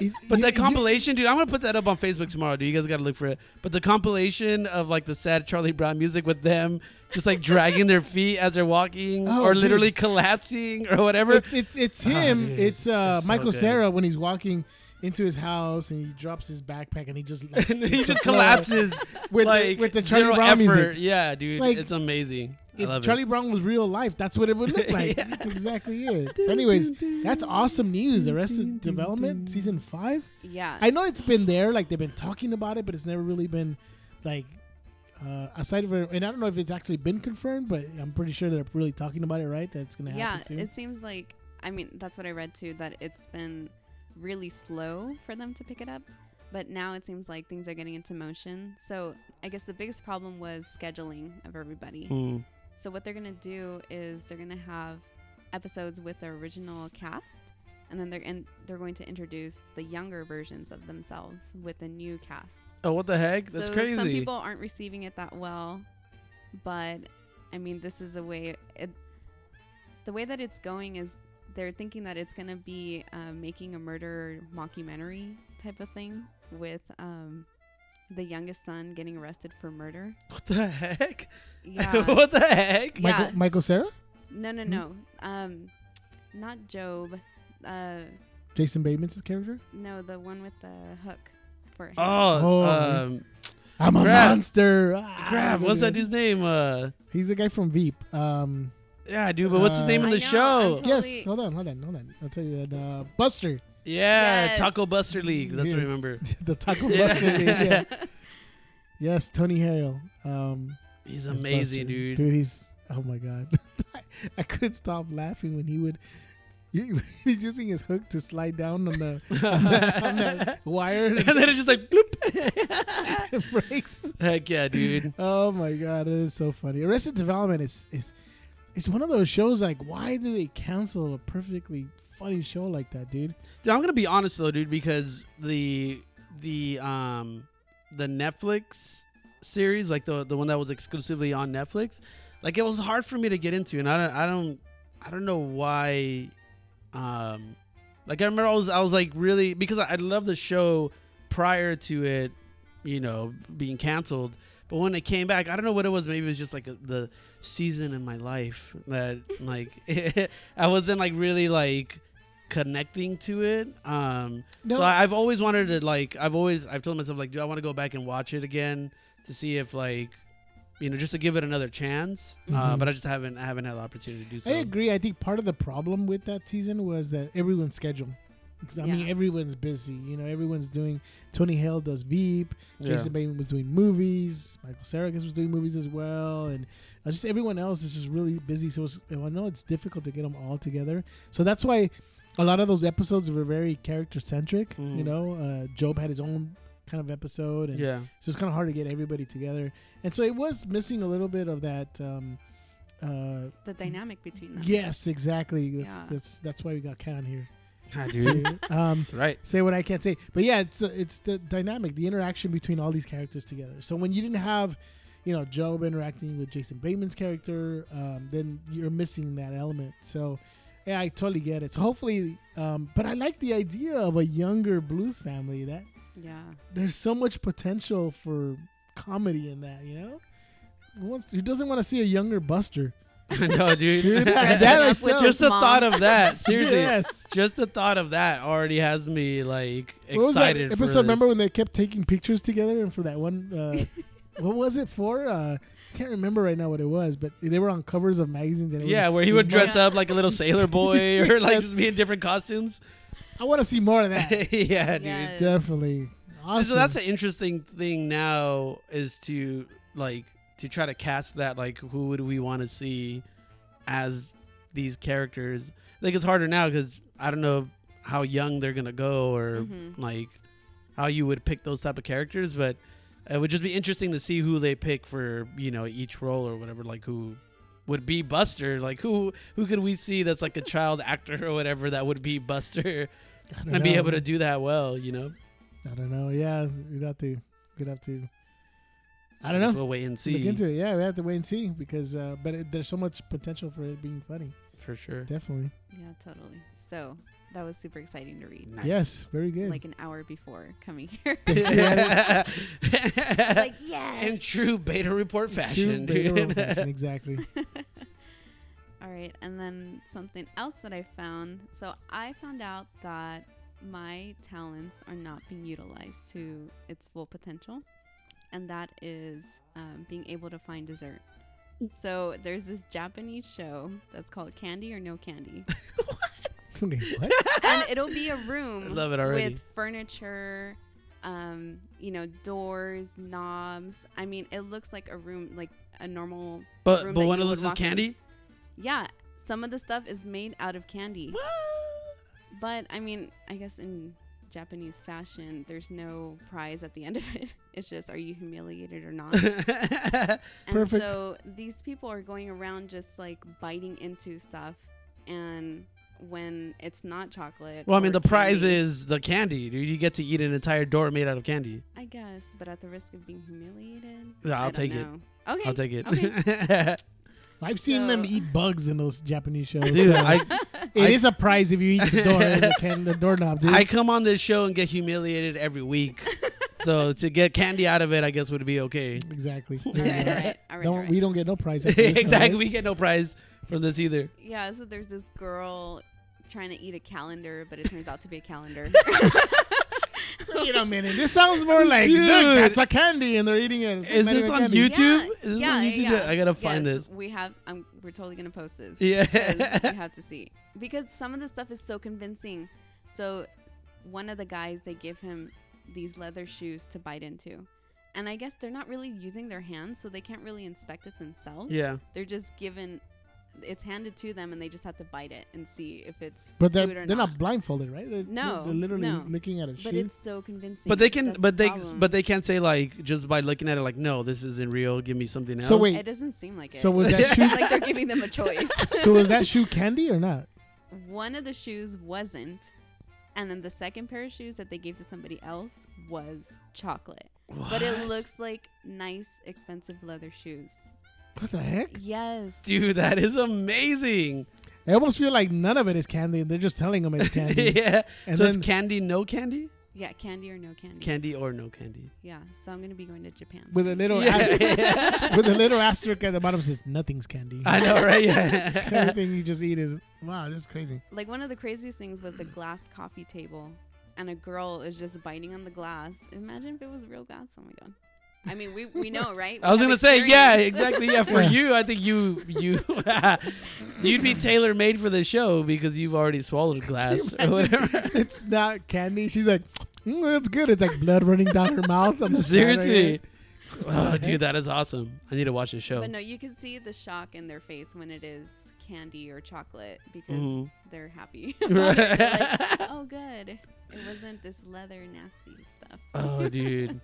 Speaker 1: it-
Speaker 2: But
Speaker 1: you-
Speaker 2: that
Speaker 1: you-
Speaker 2: compilation, dude, I'm gonna put that up on Facebook tomorrow, dude. You guys gotta look for it. But the compilation of like the sad Charlie Brown music with them just like dragging their feet as they're walking,
Speaker 1: Oh,
Speaker 2: or
Speaker 1: dude.
Speaker 2: literally collapsing, or whatever.
Speaker 1: It's it's it's him.
Speaker 2: Ah, dude.
Speaker 1: it's uh,
Speaker 2: It's so
Speaker 1: Michael
Speaker 2: good.
Speaker 1: Sarah when he's walking into his house and he drops his backpack and he just like,
Speaker 2: and then he
Speaker 1: hits the
Speaker 2: just
Speaker 1: floor.
Speaker 2: collapses
Speaker 1: with the-
Speaker 2: like
Speaker 1: with the Charlie
Speaker 2: zero
Speaker 1: Brown
Speaker 2: effort.
Speaker 1: music.
Speaker 2: Yeah, dude,
Speaker 1: like-
Speaker 2: it's, amazing. I
Speaker 1: If
Speaker 2: love
Speaker 1: Charlie
Speaker 2: it.
Speaker 1: Brown was real life, that's what it would look like.
Speaker 2: Yeah.
Speaker 1: That's exactly it. But anyways, that's awesome news. Arrested Development season five.
Speaker 3: Yeah.
Speaker 1: I know it's been there, like they've been talking about it, but it's never really been like uh, aside from. And I don't know if it's actually been confirmed, but I'm pretty sure they're really talking about it, right? That it's gonna
Speaker 3: yeah,
Speaker 1: happen soon.
Speaker 3: it seems like I mean that's what I read too that it's been really slow for them to pick it up, but now it seems like things are getting into motion. So I guess the biggest problem was scheduling of everybody.
Speaker 2: Mm.
Speaker 3: So what they're gonna do is they're gonna have episodes with the original cast, and then they're in, they're going to introduce the younger versions of themselves with the new cast.
Speaker 2: Oh, what the heck? That's
Speaker 3: so
Speaker 2: crazy.
Speaker 3: Some people aren't receiving it that well, but I mean, this is a way. It, the way that it's going is they're thinking that it's going to be um, making a murder mockumentary type of thing with um, the youngest son getting arrested for murder.
Speaker 2: what the heck?
Speaker 3: Yeah.
Speaker 2: what the heck?
Speaker 1: Michael,
Speaker 3: yeah.
Speaker 1: Michael Sarah,
Speaker 3: No, no, no. Um, not Job. Uh,
Speaker 1: Jason Bateman's character.
Speaker 3: no, the one with the hook for him.
Speaker 2: Oh,
Speaker 1: Oh,
Speaker 2: um,
Speaker 1: I'm a
Speaker 2: Grab.
Speaker 1: monster. Ah,
Speaker 2: crap. What's that dude's name? Uh,
Speaker 1: He's the guy from Veep. Um,
Speaker 2: yeah, dude. But what's the
Speaker 1: Uh,
Speaker 2: name of
Speaker 3: I
Speaker 2: the
Speaker 3: know,
Speaker 2: show?
Speaker 3: I'm Totally.
Speaker 1: Yes. Hold on. Hold on. Hold on. I'll tell you that. Uh, Buster,
Speaker 2: yeah,
Speaker 3: Yes.
Speaker 2: Taco Buster League. That's what I
Speaker 1: Yeah.
Speaker 2: remember.
Speaker 1: the Taco Buster. League, yeah. Yes, Tony Hale. Um,
Speaker 2: He's
Speaker 1: as
Speaker 2: amazing,
Speaker 1: Buster.
Speaker 2: dude.
Speaker 1: Dude, he's oh my god. I, I couldn't stop laughing when he would He- He's using his hook to slide down on the, on the, on the wire and
Speaker 2: and
Speaker 1: it
Speaker 2: then it's just like bloop.
Speaker 1: breaks.
Speaker 2: Heck yeah, dude.
Speaker 1: Oh my god, it is so funny. Arrested Development is is it's one of those shows like why do they cancel a perfectly funny show like that, dude?
Speaker 2: Dude, I'm gonna be honest though, dude, because the the um the Netflix series, like the the one that was exclusively on Netflix, like it was hard for me to get into, and I don't I don't I don't know why. Um, like I remember I was I was like really because I, I loved the show prior to it, you know, being canceled. But when it came back, I don't know what it was. Maybe it was just like a, the season in my life that like I wasn't like really like connecting to it. Um,
Speaker 1: No.
Speaker 2: So I, I've always wanted to like. I've always I've told myself like, do I want to go back and watch it again to see if like, you know, just to give it another chance. Uh,
Speaker 1: Mhm.
Speaker 2: but I just haven't I haven't had the opportunity to do so.
Speaker 1: I agree. I think part of the problem with that season was that everyone's schedule. 'Cause, I mean,
Speaker 3: Yeah.
Speaker 1: everyone's busy. You know, everyone's doing. Tony Hale does Veep. Jason Bateman was doing movies. Michael Saragas was doing movies as well, and uh, just everyone else is just really busy. So it's, I know it's difficult to get them all together. So that's why a lot of those episodes were very character centric. You
Speaker 2: Mm.
Speaker 1: know, uh, Job had his own kind of episode, and
Speaker 2: Yeah.
Speaker 1: so it's kind of hard to get everybody together. And so it was missing a little bit of that. Um, uh,
Speaker 3: The dynamic between them.
Speaker 1: Yes, exactly. That's
Speaker 3: Yeah.
Speaker 1: that's that's why we got Kat on here.
Speaker 2: Hi, dude.
Speaker 1: to, um,
Speaker 2: That's right.
Speaker 1: say what I can't say, but yeah, it's the- it's the dynamic, the interaction between all these characters together. So when you didn't have, you know, Job interacting with Jason Bateman's character, um, then you're missing that element. So yeah, I totally get it. So hopefully, um, but I like the idea of a younger Blues family. That
Speaker 3: Yeah.
Speaker 1: there's so much potential for comedy in that. You know, who, wants who doesn't want to see a younger Buster?
Speaker 2: no, dude.
Speaker 1: Dude, that- that
Speaker 3: Up
Speaker 1: I
Speaker 3: with
Speaker 1: sell.
Speaker 2: just the
Speaker 3: Mom.
Speaker 2: thought of that. Seriously.
Speaker 1: Yes.
Speaker 2: Just the thought of that already has me like excited.
Speaker 1: What was that
Speaker 2: for
Speaker 1: episode?
Speaker 2: this.
Speaker 1: Remember when they kept taking pictures together and for that one, uh, what was it for? Uh, I can't remember right now what it was, but they were on covers of magazines. And it was-
Speaker 2: Yeah, where he
Speaker 1: it
Speaker 2: would
Speaker 1: was
Speaker 2: dress
Speaker 1: more-
Speaker 2: up like a little sailor boy or like
Speaker 1: Yes.
Speaker 2: just be in different costumes.
Speaker 1: I want to see more of that.
Speaker 2: yeah, dude.
Speaker 3: Yes.
Speaker 1: Definitely. Awesome.
Speaker 2: So that's an interesting thing now is to like to try to cast that like who would we want to see as these characters. I think it's harder now because I don't know how young they're gonna go or
Speaker 3: Mhm.
Speaker 2: like how you would pick those type of characters, but it would just be interesting to see who they pick for you know each role or whatever. Like who would be Buster? Like who who could we see that's like a child actor or whatever that would be Buster
Speaker 1: I don't
Speaker 2: and be
Speaker 1: know.
Speaker 2: able to do that well? You know.
Speaker 1: I don't know. Yeah, we'd have to. We'd have to. I don't
Speaker 2: Guess
Speaker 1: know.
Speaker 2: We'll wait and
Speaker 1: Look
Speaker 2: see.
Speaker 1: into it. Yeah, we have to wait and see because, uh, but it, there's so much potential for it being funny.
Speaker 2: for sure.
Speaker 1: Definitely.
Speaker 3: Yeah, totally. So that was super exciting to read.
Speaker 1: Yes, very good.
Speaker 3: Like an hour before coming here.
Speaker 2: like,
Speaker 3: like, yes.
Speaker 2: In true beta report
Speaker 1: True
Speaker 2: fashion,
Speaker 1: beta
Speaker 2: dude.
Speaker 1: role fashion, exactly.
Speaker 3: All right, and then something else that I found. So I found out that my talents are not being utilized to its full potential, and that is um, being able to find dessert. So there's this Japanese show that's called Candy or No Candy,
Speaker 1: Wait, what?
Speaker 3: and it'll be a
Speaker 2: I
Speaker 3: room
Speaker 2: love it already.
Speaker 3: with furniture, um, you know, doors, knobs. I mean, it looks like a room, like a normal
Speaker 2: But
Speaker 3: room
Speaker 2: but
Speaker 3: that
Speaker 2: one
Speaker 3: you
Speaker 2: of
Speaker 3: would
Speaker 2: those is
Speaker 3: walk in.
Speaker 2: candy.
Speaker 3: Yeah, some of the stuff is made out of candy. But I mean, I guess in Japanese fashion, there's no prize at the end of it. It's just are you humiliated or not? and
Speaker 1: Perfect.
Speaker 3: so these people are going around just like biting into stuff and when it's not chocolate.
Speaker 2: well, I
Speaker 3: or
Speaker 2: mean, the prize
Speaker 3: candy-
Speaker 2: is the candy, dude. You get to eat an entire door made out of candy.
Speaker 3: I guess, but at the risk of being humiliated.
Speaker 2: Yeah, I'll
Speaker 3: I don't
Speaker 2: take it.
Speaker 3: know. Okay.
Speaker 2: I'll take it,
Speaker 1: I've seen them
Speaker 3: So-
Speaker 1: eat bugs in those Japanese shows. so-
Speaker 2: dude. I
Speaker 1: It is
Speaker 2: I-
Speaker 1: a prize if you eat the door the, can, the doorknob, dude.
Speaker 2: I come on this show and get humiliated every week. so to get candy out of it, I guess would be okay.
Speaker 1: exactly.
Speaker 3: all
Speaker 1: There you
Speaker 3: right, all
Speaker 1: go.
Speaker 3: right, all right, all
Speaker 1: Don't
Speaker 3: right.
Speaker 1: we don't get no prize. after this, all
Speaker 2: exactly.
Speaker 1: right?
Speaker 2: We get no prize from this either.
Speaker 3: Yeah, so there's this girl trying to eat a calendar, but it turns out to be a calendar.
Speaker 1: Wait a minute. This sounds more like
Speaker 2: Dude.
Speaker 1: look, that's a candy, and they're eating it. It's
Speaker 2: Is
Speaker 1: not
Speaker 2: this
Speaker 1: even
Speaker 2: on
Speaker 1: candy.
Speaker 2: YouTube? Is this on YouTube? I gotta find
Speaker 3: Yes,
Speaker 2: this.
Speaker 3: We have. Um, we're totally gonna post this.
Speaker 2: Yeah.
Speaker 3: because you have to see because some of the stuff is so convincing. So, one of the guys they give him these leather shoes to bite into, and I guess they're not really using their hands, so they can't really inspect it themselves.
Speaker 2: Yeah.
Speaker 3: They're just given it's handed to them, and they just have to bite it and see if it's
Speaker 1: But they're
Speaker 3: food or
Speaker 1: they're not blindfolded, right? They're,
Speaker 3: No,
Speaker 1: they're literally
Speaker 3: no.
Speaker 1: looking at a
Speaker 3: but
Speaker 1: sheet.
Speaker 3: it's so convincing.
Speaker 2: But they can,
Speaker 3: That's
Speaker 2: but
Speaker 3: the
Speaker 2: they,
Speaker 3: problem.
Speaker 2: but they can't say like just by looking at it, like no, this isn't real. Give me something else.
Speaker 1: So wait,
Speaker 3: It doesn't seem like it.
Speaker 1: So was that shoe?
Speaker 3: like they're giving them a choice.
Speaker 1: so was that shoe candy or not?
Speaker 3: One of the shoes wasn't, and then the second pair of shoes that they gave to somebody else was chocolate. But it
Speaker 2: What?
Speaker 3: looks like nice, expensive leather shoes.
Speaker 1: What the heck?
Speaker 3: Yes.
Speaker 2: dude, that is amazing.
Speaker 1: I almost feel like none of it is candy. and They're just telling them it's candy.
Speaker 2: yeah.
Speaker 1: And
Speaker 2: so
Speaker 1: then-
Speaker 2: it's candy, no candy,
Speaker 3: Yeah, candy or no candy.
Speaker 2: candy or no candy.
Speaker 3: yeah. So I'm gonna be going to Japan.
Speaker 1: With a little a- with a little asterisk at the bottom says nothing's candy.
Speaker 2: I know, right? Yeah.
Speaker 1: Everything you just eat is wow, this is crazy.
Speaker 3: like one of the craziest things was the glass coffee table, and a girl is just biting on the glass. Imagine if it was real glass. Oh my god. I mean, we, we know, right?
Speaker 2: I was
Speaker 3: We
Speaker 2: gonna
Speaker 3: have
Speaker 2: say, yeah,
Speaker 3: experience.
Speaker 2: exactly. Yeah, for
Speaker 1: Yeah.
Speaker 2: you, I think you you you'd be tailor made for the show because you've already swallowed glass or whatever.
Speaker 1: it's not candy. She's like, mm, that's good. It's like blood running down her mouth. On the side right
Speaker 2: Seriously.
Speaker 1: here.
Speaker 2: Oh, dude, that is awesome. I need to watch the show.
Speaker 3: But no, you can see the shock in their face when it is candy or chocolate because
Speaker 2: Mhm.
Speaker 3: they're happy. about it. They're like, oh, good. It wasn't this leather nasty stuff.
Speaker 2: Oh, dude,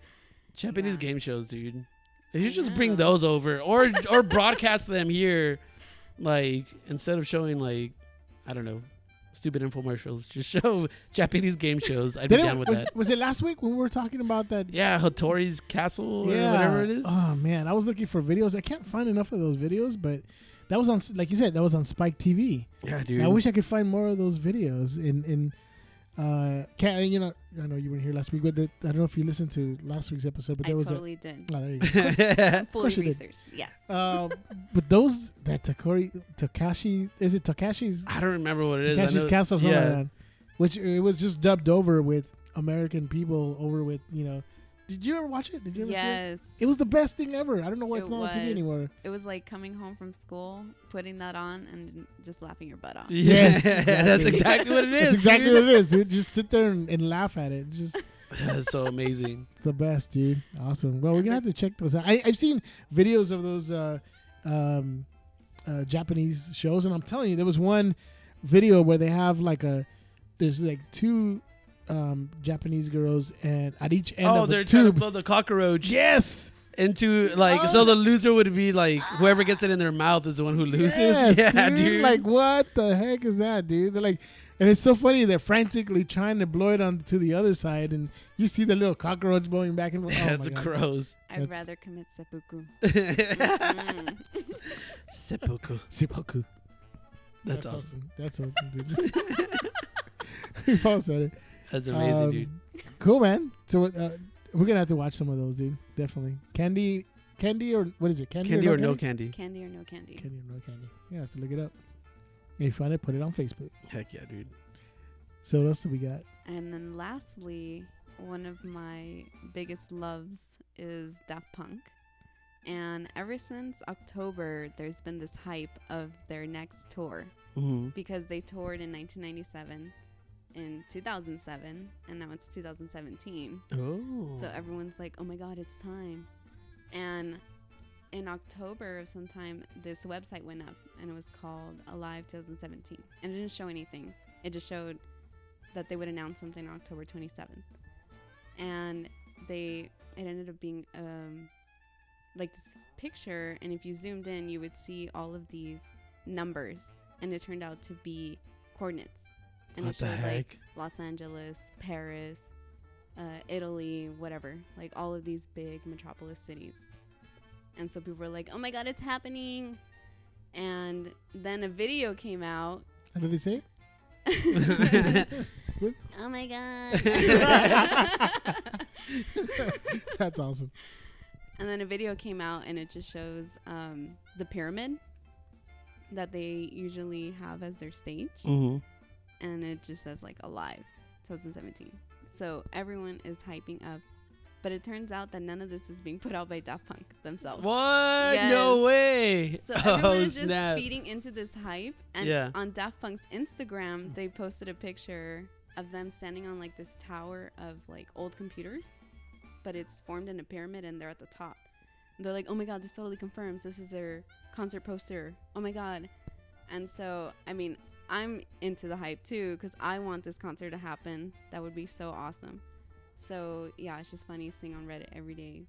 Speaker 2: Japanese
Speaker 3: Yeah.
Speaker 2: game shows, dude. They should just
Speaker 3: I
Speaker 2: bring
Speaker 3: know.
Speaker 2: those over, or or broadcast them here, like instead of showing like, I don't know, stupid infomercials. Just show Japanese game shows. I'd be
Speaker 1: Didn't-
Speaker 2: down with
Speaker 1: was,
Speaker 2: that.
Speaker 1: was it last week when we were talking about that?
Speaker 2: Yeah, Hattori's Castle or whatever it is.
Speaker 1: Oh man, I was looking for videos. I can't find enough of those videos, but that was on like you said, that was on Spike TV.
Speaker 2: yeah, dude.
Speaker 1: And I wish I could find more of those videos. In in uh, can you know? I know you weren't here last week, but the, I don't know if you listened to last week's episode, but
Speaker 3: I
Speaker 1: there was
Speaker 3: totally did.
Speaker 1: a. Oh, there you go.
Speaker 2: I
Speaker 3: Fully
Speaker 1: course you did.
Speaker 3: researched. Yes.
Speaker 1: Uh, but those that Takori Takashi is it Takashi's
Speaker 2: don't remember what it is. I
Speaker 1: Takashi's
Speaker 2: know-
Speaker 1: Castle, something
Speaker 2: yeah.
Speaker 1: like that. Which uh, it was just dubbed over with American people over with you know. Did you ever watch it? Did you ever see it?
Speaker 3: Yes.
Speaker 1: It was the best thing ever. I don't know why it's
Speaker 3: It
Speaker 1: not on TV
Speaker 3: was.
Speaker 1: anymore.
Speaker 3: It was like coming home from school, putting that on, and just laughing your butt off.
Speaker 1: Yes,
Speaker 2: Yeah, that's
Speaker 1: exactly.
Speaker 2: exactly what it is.
Speaker 1: That's exactly
Speaker 2: dude.
Speaker 1: what it is. Dude. Just sit there and, and laugh at it. Just
Speaker 2: That's so amazing.
Speaker 1: the best, dude. Awesome. Well, we're gonna have to check those out. I, I've seen videos of those uh, um, uh, Japanese shows, and I'm telling you, there was one video where they have like a there's like two um, Japanese girls, and at each end
Speaker 2: oh,
Speaker 1: of the
Speaker 2: they're trying to
Speaker 1: tube, Oh.
Speaker 2: blow the cockroach
Speaker 1: yes,
Speaker 2: into like so the loser would be like whoever gets it in their mouth is the one who loses.
Speaker 1: Yes,
Speaker 2: yeah,
Speaker 1: dude. Like, what the heck is that, dude? They're like, and it's so funny. They're frantically trying to blow it on to the other side, and you see the little cockroach blowing back and forth. Oh,
Speaker 2: that's
Speaker 1: my God.
Speaker 2: gross.
Speaker 3: I'd
Speaker 1: That's-
Speaker 3: rather commit seppuku. Mm.
Speaker 2: Seppuku.
Speaker 1: Seppuku.
Speaker 2: That's, awesome.
Speaker 1: That's awesome, dude. we both said it.
Speaker 2: That's amazing,
Speaker 1: Um,
Speaker 2: dude.
Speaker 1: Cool, man. So uh, we're gonna have to watch some of those, dude. Definitely. Candy, candy, or what is it? Candy,
Speaker 2: Candy or no
Speaker 1: candy?
Speaker 2: candy?
Speaker 3: candy or no candy.
Speaker 1: Candy or no candy. Yeah, have to look it up. If you find it, put it on Facebook.
Speaker 2: Heck yeah, dude.
Speaker 1: So what else do we got?
Speaker 3: And then lastly, one of my biggest loves is Daft Punk. And ever since October, there's been this hype of their next tour
Speaker 1: Mm-hmm.
Speaker 2: Mhm.
Speaker 3: because they toured in 1997, in 2007, and now it's 2017.
Speaker 2: Oh.
Speaker 3: So everyone's like, oh my God, it's time. And in October of sometime, this website went up and it was called Alive 2017. And it didn't show anything, it just showed that they would announce something on October 27th. And they, it ended up being um, like this picture. And if you zoomed in, you would see all of these numbers. And it turned out to be coordinates. And
Speaker 2: what
Speaker 3: it
Speaker 2: the
Speaker 3: showed like
Speaker 2: heck?
Speaker 3: Los Angeles, Paris, uh, Italy, whatever, like all of these big metropolis cities. And so people were like, "Oh my God, it's happening!" And then a video came out.
Speaker 1: What did they say?
Speaker 3: oh my God!
Speaker 1: That's awesome.
Speaker 3: and then a video came out, and it just shows um, the pyramid that they usually have as their stage.
Speaker 2: Mhm.
Speaker 1: Mm-hmm.
Speaker 3: and it just says like alive 2017 so everyone is hyping up but it turns out that none of this is being put out by daft punk themselves
Speaker 2: What? No
Speaker 3: Yes.
Speaker 2: way.
Speaker 3: so everyone
Speaker 2: oh
Speaker 3: is just
Speaker 2: snap.
Speaker 3: feeding into this hype and
Speaker 2: Yeah.
Speaker 3: on daft punk's instagram they posted a picture of them standing on like this tower of like old computers but it's formed in a pyramid and they're at the top And they're like oh my god this totally confirms this is their concert poster oh my god And so, I mean, I'm into the hype too because I want this concert to happen. That would be so awesome. So, yeah, it's just funny seeing on Reddit every day.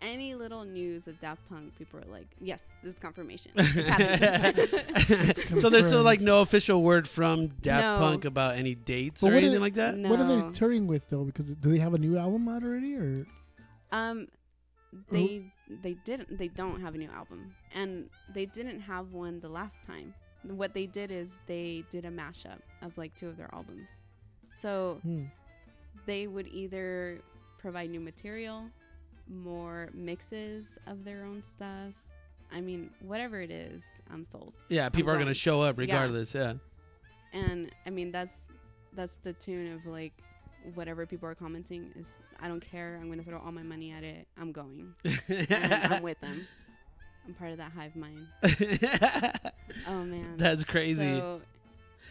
Speaker 3: Any little news of Daft Punk, people are like, yes, this is confirmation. It's happening.
Speaker 2: so there's still like no official word from Daft
Speaker 3: No.
Speaker 2: Punk about any dates
Speaker 1: But
Speaker 2: or
Speaker 1: what are
Speaker 2: anything
Speaker 1: they-
Speaker 2: like that.
Speaker 3: no.
Speaker 1: What are they touring with though? Because do they have a new album out already? Or
Speaker 3: Um, they they didn't they don't have a new album, and they didn't have one the last time. What they did is they did a mashup of like two of their albums, so
Speaker 1: hmm.
Speaker 3: they would either provide new material, more mixes of their own stuff. I mean, whatever it is, I'm sold.
Speaker 2: Yeah, people are
Speaker 3: going.
Speaker 2: gonna show up
Speaker 3: Yeah.
Speaker 2: regardless. Yeah.
Speaker 3: And I mean, that's that's the tune of like whatever people are commenting is. I don't care. I'm gonna throw all my money at it. I'm going. And I'm with them. I'm part of that hive mind. Oh man,
Speaker 2: That's crazy,
Speaker 3: So,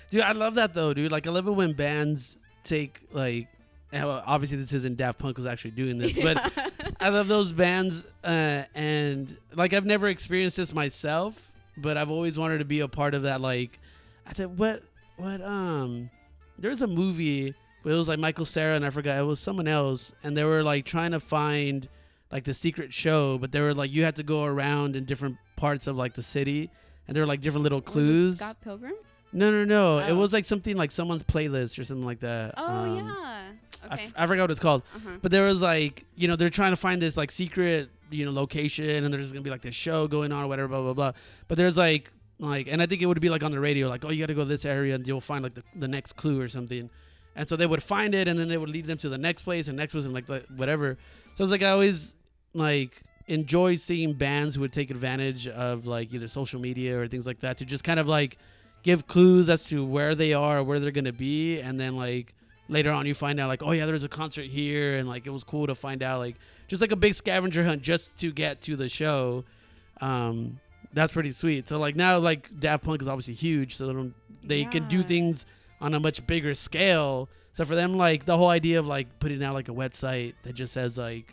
Speaker 2: dude. I love that though, dude. Like I love it when bands take like. and, well, Obviously, this isn't Daft Punk was actually doing this, but I love those bands, uh, and like I've never experienced this myself, but I've always wanted to be a part of that. Like, I think what what um, there's a movie, but it was like Michael Sarah and I forgot it was someone else, and they were like trying to find like the secret show, but they were like you had to go around in different parts of like the city, and there were like different little
Speaker 3: Was it
Speaker 2: clues.
Speaker 3: Scott Pilgrim.
Speaker 2: No, no, no, it
Speaker 3: Oh.
Speaker 2: was like something like someone's playlist or something like that.
Speaker 3: Oh
Speaker 2: Um,
Speaker 3: yeah.
Speaker 2: I f-
Speaker 3: Okay.
Speaker 2: I forgot what it's called.
Speaker 3: Uh huh.
Speaker 2: But there was like, you know, they're trying to find this like secret, you know, location, and there's gonna be like this show going on or whatever, blah blah blah. But there's like, like, and I think it would be like on the radio, like, oh, you gotta go to this area and you'll find like the, the next clue or something. And so they would find it, and then they would lead them to the next place and next place and like the- whatever. So it's like I always like enjoy seeing bands who would take advantage of like either social media or things like that to just kind of like give clues as to where they are, where they're gonna be, and then like later on you find out like oh yeah there's a concert here and like it was cool to find out like just like a big scavenger hunt just to get to the show um that's pretty sweet so like now like daft punk is obviously huge so they, don't, they can do
Speaker 3: Yeah.
Speaker 2: things on a much bigger scale so for them like the whole idea of like putting out like a website that just says like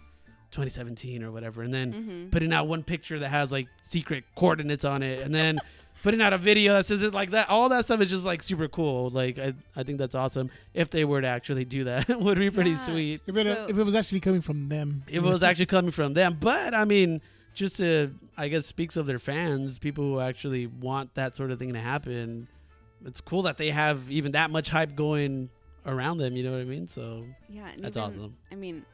Speaker 2: 2017 or whatever and then
Speaker 3: Mm-hmm.
Speaker 2: putting out one picture that has like secret coordinates on it and then putting out a video that says it like that all that stuff is just like super cool like i, I think that's awesome if they were to actually do that it would be pretty
Speaker 3: Yeah.
Speaker 2: sweet
Speaker 1: if it
Speaker 3: So-
Speaker 1: if it was actually coming from them,
Speaker 2: if it was actually coming from them but i mean just to i guess speaks of their fans people who actually want that sort of thing to happen it's cool that they have even that much hype going around them you know what i mean so
Speaker 3: Yeah. And
Speaker 2: that's
Speaker 3: even,
Speaker 2: awesome
Speaker 3: I mean,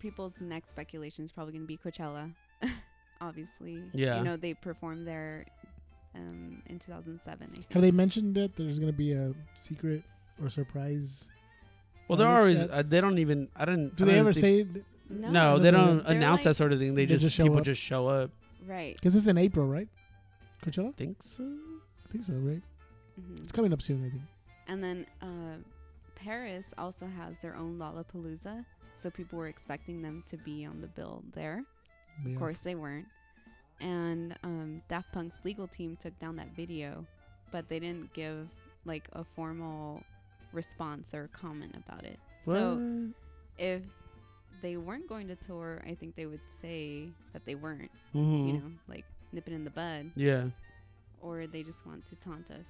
Speaker 3: people's next speculation is probably gonna be Coachella. Obviously.
Speaker 2: Yeah.
Speaker 3: You know they performed there, um, in 2007. I think.
Speaker 1: have they mentioned that there's gonna be a secret or surprise?
Speaker 2: well there
Speaker 1: Well,
Speaker 2: are
Speaker 1: is
Speaker 2: always
Speaker 1: that-
Speaker 2: uh, they don't even i didn't
Speaker 1: Do
Speaker 2: I
Speaker 1: they
Speaker 2: don't
Speaker 1: ever
Speaker 2: think-
Speaker 1: say?
Speaker 3: No.
Speaker 2: no, they
Speaker 1: They're
Speaker 2: don't
Speaker 3: like-
Speaker 2: announce that sort of thing they,
Speaker 1: They
Speaker 2: just,
Speaker 1: just show
Speaker 2: people
Speaker 1: up.
Speaker 2: just show up
Speaker 3: Right.
Speaker 1: Because it's in April, right? Coachella,
Speaker 2: think so.
Speaker 1: I think so, right?
Speaker 3: hmm
Speaker 1: It's coming up soon, I think.
Speaker 3: And then uh, Paris also has their own Lollapalooza, so people were expecting them to be on the bill there.
Speaker 1: Yeah.
Speaker 3: Of course, they weren't. And um, Daft Punk's legal team took down that video, but they didn't give like a formal response or comment about it. So if they weren't going to tour, I think they would say that they weren't.
Speaker 2: Mhm.
Speaker 1: Mm-hmm.
Speaker 3: You know, like nip it in the bud,
Speaker 2: yeah,
Speaker 3: or they just want to taunt us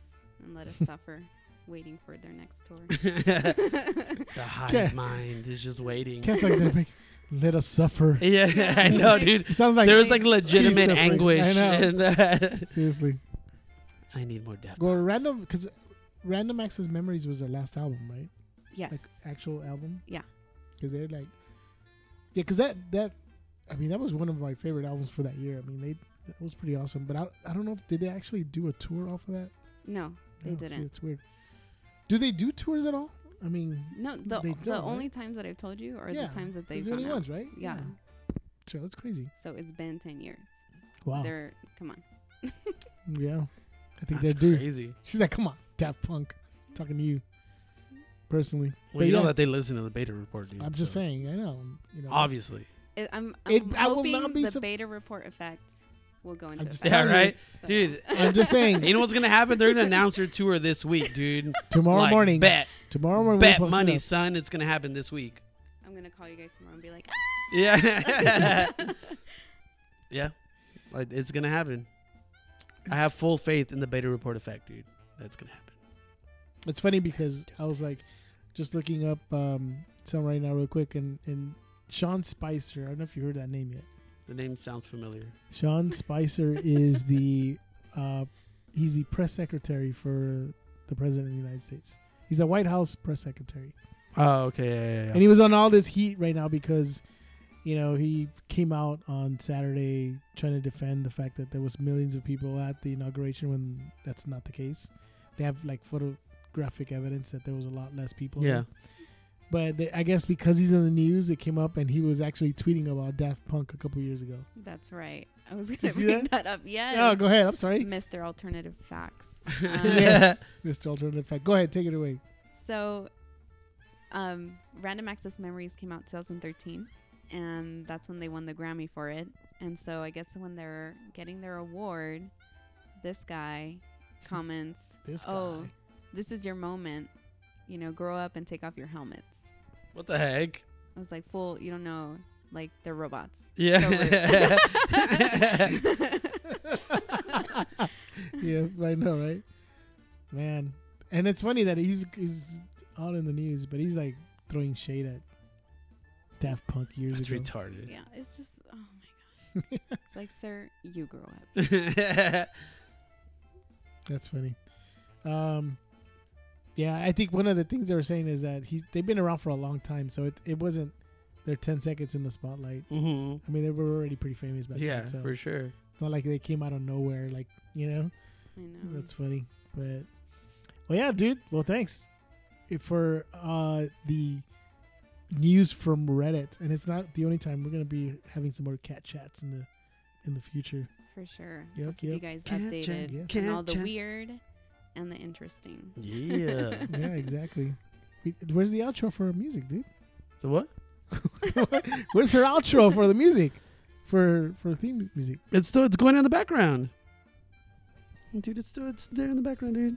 Speaker 3: and let us suffer, waiting for their next tour.
Speaker 2: the
Speaker 3: I
Speaker 2: hive
Speaker 1: Yeah.
Speaker 2: mind is just waiting.
Speaker 1: Cats like they're like, let us suffer.
Speaker 2: yeah, I know, dude.
Speaker 1: It sounds like
Speaker 2: there was like
Speaker 1: She's
Speaker 2: legitimate
Speaker 1: suffering.
Speaker 2: anguish
Speaker 1: I know.
Speaker 2: in that.
Speaker 1: seriously.
Speaker 2: I need more depth.
Speaker 1: Go random because Random Access Memories was their last album, right?
Speaker 3: Yes.
Speaker 1: Like actual album.
Speaker 3: Yeah.
Speaker 1: Because they're like, yeah, because that that, I mean, that was one of my favorite albums for that year. I mean, they that was pretty awesome. But I I don't know if did they actually do a tour off of that?
Speaker 3: no,
Speaker 1: I
Speaker 3: they
Speaker 1: don't See,
Speaker 3: didn't.
Speaker 1: it's weird. Do they do tours at all? I mean,
Speaker 3: No, the,
Speaker 1: They
Speaker 3: the
Speaker 1: don't,
Speaker 3: only times that I've told you are
Speaker 1: Yeah,
Speaker 3: the times that
Speaker 1: they're
Speaker 3: they've
Speaker 1: the
Speaker 3: gone
Speaker 1: only
Speaker 3: out.
Speaker 1: ones, right?
Speaker 3: Yeah.
Speaker 1: So it's crazy.
Speaker 3: So it's been 10 years.
Speaker 1: Wow.
Speaker 3: They're, come on.
Speaker 1: Yeah. I think
Speaker 2: That's
Speaker 1: they're due.
Speaker 2: crazy.
Speaker 1: She's like, come on, Daft Punk, talking to you personally.
Speaker 2: Well,
Speaker 1: But
Speaker 2: you know
Speaker 1: yeah.
Speaker 2: that they listen to the beta report, dude.
Speaker 1: I'm just
Speaker 2: so-
Speaker 1: saying, I know. You know,
Speaker 2: Obviously,
Speaker 3: It, I'm, I'm
Speaker 1: It- I will
Speaker 3: hoping
Speaker 1: not be
Speaker 3: the
Speaker 1: sup-
Speaker 3: beta report effect will go into
Speaker 1: just
Speaker 3: effect.
Speaker 2: yeah,
Speaker 1: telling you.
Speaker 2: right,
Speaker 3: So-
Speaker 2: dude.
Speaker 1: I'm just saying.
Speaker 2: You know what's gonna happen? They're gonna announce your tour this week, dude.
Speaker 1: Tomorrow
Speaker 2: Like,
Speaker 1: morning,
Speaker 2: bet,
Speaker 1: tomorrow morning,
Speaker 2: bet
Speaker 1: we'll post it
Speaker 2: money,
Speaker 1: up.
Speaker 2: son. It's gonna happen this week.
Speaker 3: I'm going to call you guys tomorrow and be like,
Speaker 2: Yeah,
Speaker 3: ah!
Speaker 2: yeah, like, it's gonna happen. I have full faith in the beta report effect, dude. That's gonna happen.
Speaker 1: It's funny because I was like just looking up um, some right now real quick and, and Sean Spicer, I don't know if you heard that name yet.
Speaker 2: The name sounds familiar.
Speaker 1: Sean Spicer is the uh, he's the press secretary for the president of the United States. He's the White House press secretary.
Speaker 2: Oh, okay. Yeah, yeah,
Speaker 1: And he was on all this heat right now because, you know, he came out on Saturday trying to defend the fact that there was millions of people at the inauguration when that's not the case. They have like photographic evidence that there was a lot less people.
Speaker 2: yeah.
Speaker 1: But they, I guess because he's in the news, it came up and he was actually tweeting about Daft Punk a couple years ago.
Speaker 3: That's right. I was
Speaker 1: you
Speaker 3: gonna
Speaker 1: see
Speaker 3: bring
Speaker 1: that?
Speaker 3: that? up. Yes.
Speaker 1: Oh, go ahead. I'm sorry.
Speaker 3: Mr. Alternative Facts.
Speaker 1: yes, Mr. Alternative Fact. Go ahead, take it away.
Speaker 3: So, um, Random Access Memories came out 2013, and that's when they won the Grammy for it. And so, I guess when they're getting their award, this guy comments,
Speaker 1: This guy.
Speaker 3: "Oh, this is your moment. You know, grow up and take off your helmets."
Speaker 2: What the heck?
Speaker 3: I was like, "Fool, you don't know, like they're robots."
Speaker 2: Yeah.
Speaker 1: yeah, I know, right? Man, and it's funny that he's he's out in the news, but he's like throwing shade at Daft Punk years
Speaker 2: That's
Speaker 1: ago.
Speaker 2: retarded.
Speaker 3: yeah, it's just, oh my god. It's like, sir, you grow up.
Speaker 1: That's funny. Um, yeah, I think one of the things they were saying is that he's they've been around for a long time, so it it wasn't their ten seconds in the spotlight.
Speaker 2: hmm
Speaker 1: I mean, they were already pretty famous back
Speaker 2: Yeah,
Speaker 1: then, so
Speaker 2: for sure.
Speaker 1: it's not like they came out of nowhere. Like you know,
Speaker 3: I know.
Speaker 1: That's funny. But well, yeah, dude. Well, thanks for uh, the news from Reddit, and it's not the only time we're gonna be having some more cat chats in the in the future.
Speaker 3: For sure.
Speaker 1: Yep,
Speaker 3: I'll keep
Speaker 1: yep.
Speaker 3: you guys
Speaker 2: Can't
Speaker 3: updated
Speaker 2: change-
Speaker 1: yes.
Speaker 3: on all
Speaker 2: can't
Speaker 3: the
Speaker 2: change.
Speaker 3: weird and the interesting.
Speaker 2: Yeah.
Speaker 1: Yeah, exactly. We- Where's the outro for music, dude?
Speaker 2: the what?
Speaker 1: Where's her outro for the music? For for theme music.
Speaker 2: It's still it's going in the background. Dude, it's still it's there in the background, dude.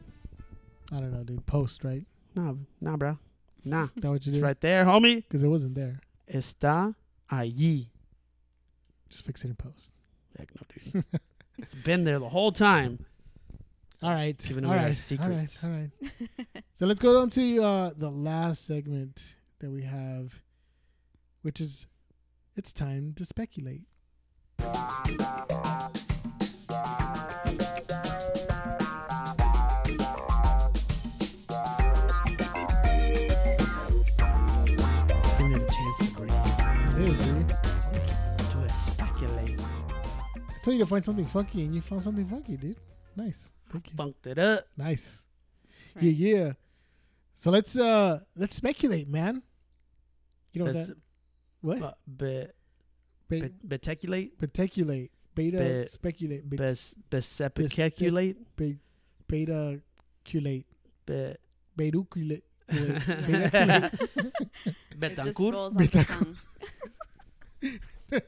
Speaker 1: I don't know, dude. Post, right?
Speaker 2: Nah, nah, bro. Nah.
Speaker 1: Is that what you
Speaker 2: It's
Speaker 1: did?
Speaker 2: right there, homie.
Speaker 1: Because it wasn't there.
Speaker 2: Está allí.
Speaker 1: Just fix it in post.
Speaker 2: Heck no, dude. it's been there the whole time.
Speaker 1: All right.
Speaker 2: Giving
Speaker 1: all
Speaker 2: away our
Speaker 1: right. All right.
Speaker 2: secrets.
Speaker 1: All right. so let's go on to uh, the last segment that we have, which is it's time to speculate.
Speaker 2: We didn't have a chance to breathe. To
Speaker 1: It is, dude.
Speaker 2: speculate.
Speaker 1: I told you to find something funky, and you found something funky, dude. Nice. Thank you.
Speaker 2: Funked it up.
Speaker 1: Nice.
Speaker 3: That's right.
Speaker 1: Yeah, yeah. So let's uh let's speculate, man. You know
Speaker 2: That's-
Speaker 1: that what?
Speaker 2: uh, be-
Speaker 1: Be-
Speaker 2: be- Beteculate?
Speaker 1: speculate. Beta
Speaker 2: Be-
Speaker 1: speculate. Be-
Speaker 2: Bes- Besepiculate?
Speaker 1: be- beta culate.
Speaker 2: Be-
Speaker 1: Beduculate. Wait, betaculate.
Speaker 3: It just
Speaker 2: Betancourt?
Speaker 3: rolls off the
Speaker 1: Betancourt.
Speaker 3: tongue.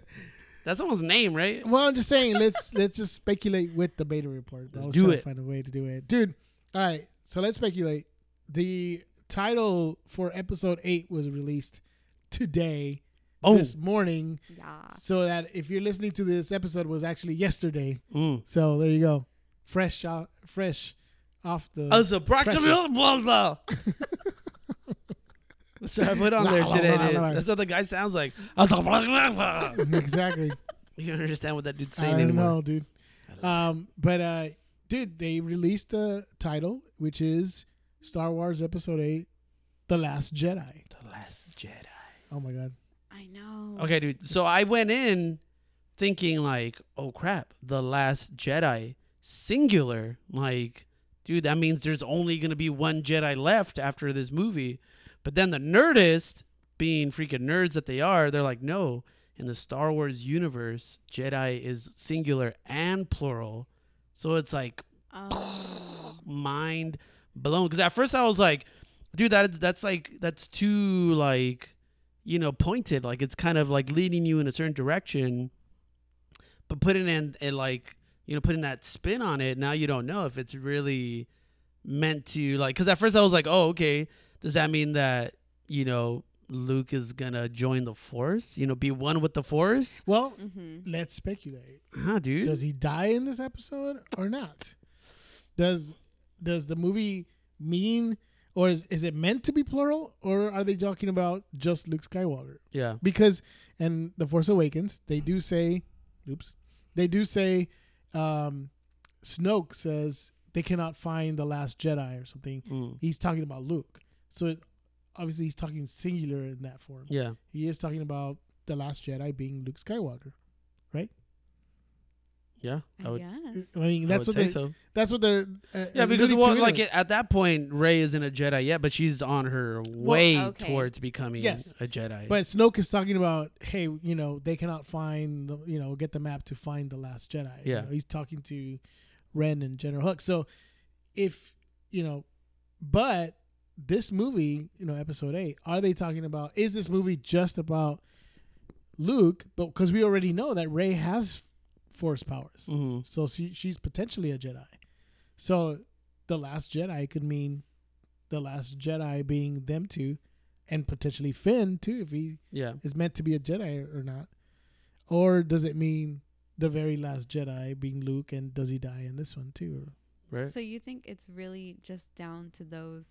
Speaker 2: That's someone's name, right?
Speaker 3: Mm.
Speaker 1: Well, I'm just saying, let's let's just speculate with the beta report.
Speaker 2: Let's
Speaker 1: I was
Speaker 2: do
Speaker 1: trying
Speaker 2: it.
Speaker 1: To find a way to do it, dude. All right, so let's speculate. The title for episode eight was released today,
Speaker 2: Oh.
Speaker 1: this morning.
Speaker 3: Yeah.
Speaker 1: So that if you're listening to this episode, was actually yesterday.
Speaker 2: Mm.
Speaker 1: So there you go, fresh out, fresh off the.
Speaker 2: As a practical
Speaker 1: Precious.
Speaker 2: blah blah. That's what I put on
Speaker 1: La,
Speaker 2: there
Speaker 1: la,
Speaker 2: today,
Speaker 1: la,
Speaker 2: dude.
Speaker 1: la.
Speaker 2: That's what the guy sounds like. As a blah, blah, blah.
Speaker 1: exactly.
Speaker 2: You don't understand what that dude's
Speaker 1: I
Speaker 2: saying
Speaker 1: don't
Speaker 2: anymore.
Speaker 1: know, dude. Um, but uh, dude, they released a title which is Star Wars Episode Eight: The Last Jedi.
Speaker 2: The Last Jedi.
Speaker 1: Oh my god.
Speaker 3: I know.
Speaker 2: Okay, dude. So I went in thinking like, oh crap, the last Jedi singular. Like, dude, that means there's only gonna be one Jedi left after this movie. But then the nerdist, being freaking nerds that they are, they're like, no, in the Star Wars universe, Jedi is singular and plural. So it's like
Speaker 3: Oh.
Speaker 2: mind blown. Because at first I was like, dude, that that's like that's too like you know pointed. Like it's kind of like leading you in a certain direction, but putting in and like you know putting that spin on it. Now you don't know if it's really meant to like. Because at first I was like, oh okay, does that mean that you know Luke is gonna join the Force. You know, be one with the Force.
Speaker 1: Well,
Speaker 3: Mm-hmm.
Speaker 1: let's speculate.
Speaker 2: Huh, dude.
Speaker 1: Does he die in this episode or not? Does does the movie mean or is, is it meant to be plural or are they talking about just Luke Skywalker?
Speaker 2: yeah.
Speaker 1: Because and The Force Awakens, they do say oops. They do say um Snoke says they cannot find the last Jedi or something.
Speaker 2: Mm.
Speaker 1: He's talking about Luke. So it, obviously he's talking singular in that form.
Speaker 2: Yeah.
Speaker 1: He is talking about the last Jedi being Luke Skywalker.
Speaker 2: Yeah. I would.
Speaker 3: yes.
Speaker 1: I mean,
Speaker 2: I
Speaker 1: that's
Speaker 2: would
Speaker 1: what they
Speaker 2: say so.
Speaker 1: That's what they're. Uh,
Speaker 2: Yeah, because
Speaker 1: alluding
Speaker 2: well,
Speaker 1: to
Speaker 2: like
Speaker 1: anyways.
Speaker 2: at that point, Ray isn't a Jedi yet, but she's on her way
Speaker 3: okay.
Speaker 2: towards becoming
Speaker 1: Yes.
Speaker 2: a Jedi.
Speaker 1: But Snoke is talking about, hey, you know, they cannot find, the, you know, get the map to find the last Jedi. You
Speaker 2: Yeah.
Speaker 1: know, he's talking to Ren and General Hook. So if you know, but this movie, you know, Episode Eight, are they talking about? Is this movie just about Luke? But because we already know that Ray has Force powers,
Speaker 2: Mhm.
Speaker 1: so she, she's potentially a Jedi. So the last Jedi could mean the last Jedi being them two, and potentially Finn too, if he
Speaker 2: yeah,
Speaker 1: is meant to be a Jedi or not. Or does it mean the very last Jedi being Luke, and does he die in this one too?
Speaker 2: right.
Speaker 3: So you think it's really just down to those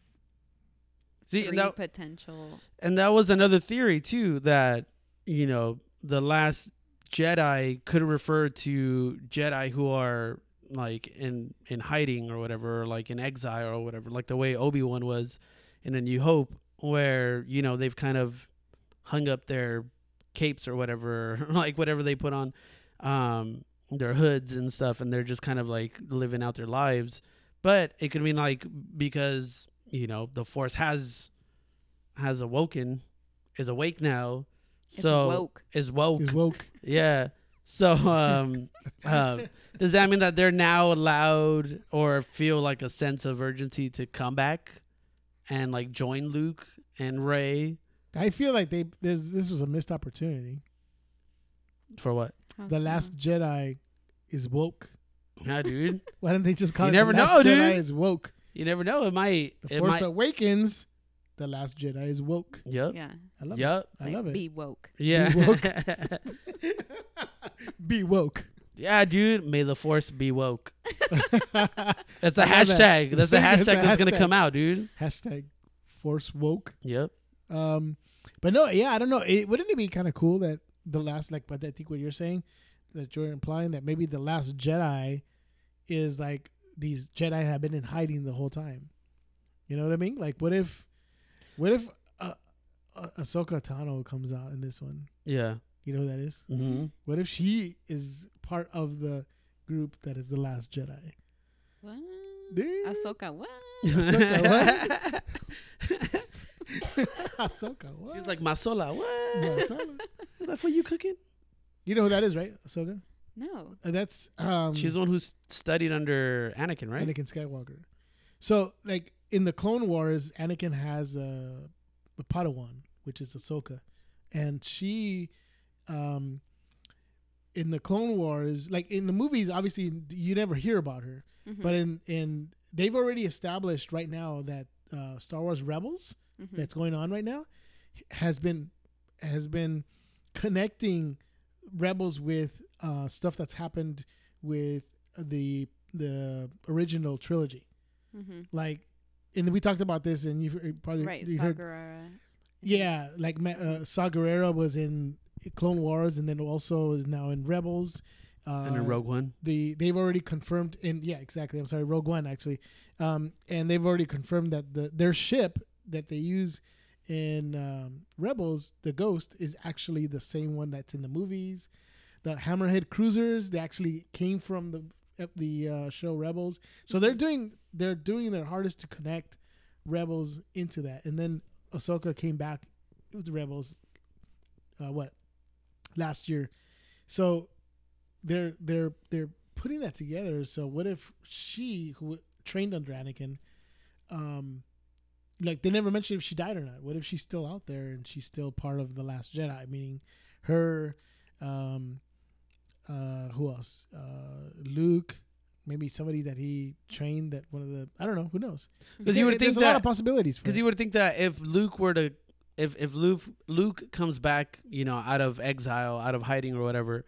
Speaker 2: See,
Speaker 3: three
Speaker 2: and that,
Speaker 3: potential?
Speaker 2: and that was another theory too that you know the last Jedi could refer to Jedi who are like in in hiding or whatever, or like in exile or whatever, like the way Obi Wan was in A New Hope, where you know they've kind of hung up their capes or whatever, like whatever they put on um, their hoods and stuff, and they're just kind of like living out their lives. But it could mean like because you know the Force has has awoken, is awake now,
Speaker 3: It's
Speaker 2: so
Speaker 3: woke.
Speaker 2: is woke,
Speaker 1: Is woke?
Speaker 2: yeah. So um, um, does that mean that they're now allowed or feel like a sense of urgency to come back and like join Luke and Ray
Speaker 1: I feel like they this this was a missed opportunity.
Speaker 2: for what?
Speaker 3: How
Speaker 1: The
Speaker 3: so?
Speaker 1: last Jedi is woke.
Speaker 2: Nah, dude.
Speaker 1: Why didn't they just call
Speaker 2: You
Speaker 1: it
Speaker 2: never
Speaker 1: the
Speaker 2: know,
Speaker 1: last
Speaker 2: dude.
Speaker 1: Jedi is woke?
Speaker 2: You never know. It might.
Speaker 1: The
Speaker 2: it
Speaker 1: Force
Speaker 2: might.
Speaker 1: Awakens. The last Jedi is woke.
Speaker 2: Yep.
Speaker 3: Yeah.
Speaker 1: I love
Speaker 2: Yep.
Speaker 1: it. I
Speaker 3: Like,
Speaker 1: love it.
Speaker 3: Be woke.
Speaker 2: Yeah.
Speaker 1: Be woke.
Speaker 2: yeah, dude. May the force be woke. That's a
Speaker 1: I love that.
Speaker 2: hashtag. That's a
Speaker 1: That's
Speaker 2: hashtag
Speaker 1: a
Speaker 2: that's gonna
Speaker 1: hashtag.
Speaker 2: come out, dude.
Speaker 1: Hashtag Force woke.
Speaker 2: Yep.
Speaker 1: Um, but no, yeah, I don't know. It wouldn't it be kind of cool that the last like, but I think what you're saying that you're implying that maybe the last Jedi is like these Jedi have been in hiding the whole time. You know what I mean? Like, what if, what if uh, uh, Ahsoka Tano comes out in this one?
Speaker 2: Yeah.
Speaker 1: You know who that is?
Speaker 2: Mm-hmm.
Speaker 1: What if she is part of the group that is the last Jedi?
Speaker 3: What?
Speaker 1: Dude.
Speaker 3: Ahsoka, what?
Speaker 1: Ahsoka, Ahsoka, what?
Speaker 2: She's like Masola. What?
Speaker 1: Ahsoka.
Speaker 2: Is that for you cooking?
Speaker 1: You know who that is, right? Ahsoka.
Speaker 3: No.
Speaker 1: Uh, that's um,
Speaker 2: She's the one who s- studied under Anakin, right?
Speaker 1: Anakin Skywalker. So, like in the Clone Wars, Anakin has a, a Padawan, which is Ahsoka, and she, um, in the Clone Wars, like in the movies, obviously you never hear about her, but in in they've already established right now that uh, Star Wars Rebels
Speaker 3: Mhm.
Speaker 1: that's going on right now has been has been connecting rebels with uh, stuff that's happened with the the original trilogy
Speaker 3: Mm-hmm.
Speaker 1: like and we talked about this and you've heard- probably
Speaker 3: Right,
Speaker 1: you heard
Speaker 3: Sagara.
Speaker 1: yeah like Ma- uh, Saw Gerrera was in Clone Wars and then also is now in Rebels uh,
Speaker 2: and then Rogue One.
Speaker 1: the they've already confirmed in yeah exactly I'm sorry Rogue One actually um and they've already confirmed that the their ship that they use in um, Rebels the Ghost is actually the same one that's in the movies the Hammerhead cruisers they actually came from the uh, the uh, show Rebels so they're doing they're doing their hardest to connect Rebels into that and then Ahsoka came back with the Rebels uh, what last year so they're they're they're putting that together. So what if she who trained under Anakin, um, like they never mentioned if she died or not. What if she's still out there and she's still part of the Last Jedi? Meaning, her, um, uh, who else? Uh, Luke. Maybe somebody that he trained that one of the I don't know who knows
Speaker 2: Because you
Speaker 1: There-
Speaker 2: would think
Speaker 1: there's a lot
Speaker 2: that
Speaker 1: of possibilities for
Speaker 2: Because
Speaker 1: it.
Speaker 2: you would think that if Luke were to if if Luke Luke comes back, you know, out of exile, out of hiding or whatever,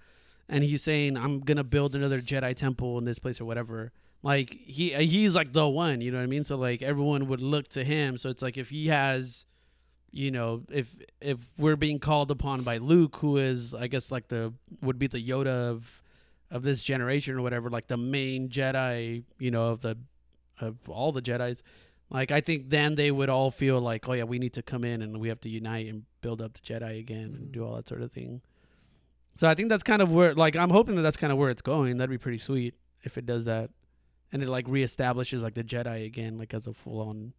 Speaker 2: and he's saying I'm gonna build another Jedi temple in this place or whatever. Like he uh, he's like the one, you know what I mean? So like everyone would look to him. So it's like if he has, you know, if if we're being called upon by Luke, who is I guess like the would be the Yoda of of this generation or whatever, like the main Jedi, you know, of the of all the Jedi's. Like I think then they would all feel like, oh yeah, we need to come in and we have to unite and build up the Jedi again
Speaker 1: Mm-hmm.
Speaker 2: and do all that sort of thing. So I think that's kind of where, like, I'm hoping that that's kind of where it's going. That'd be pretty sweet if it does that, and it like reestablishes like the Jedi again, like as a full on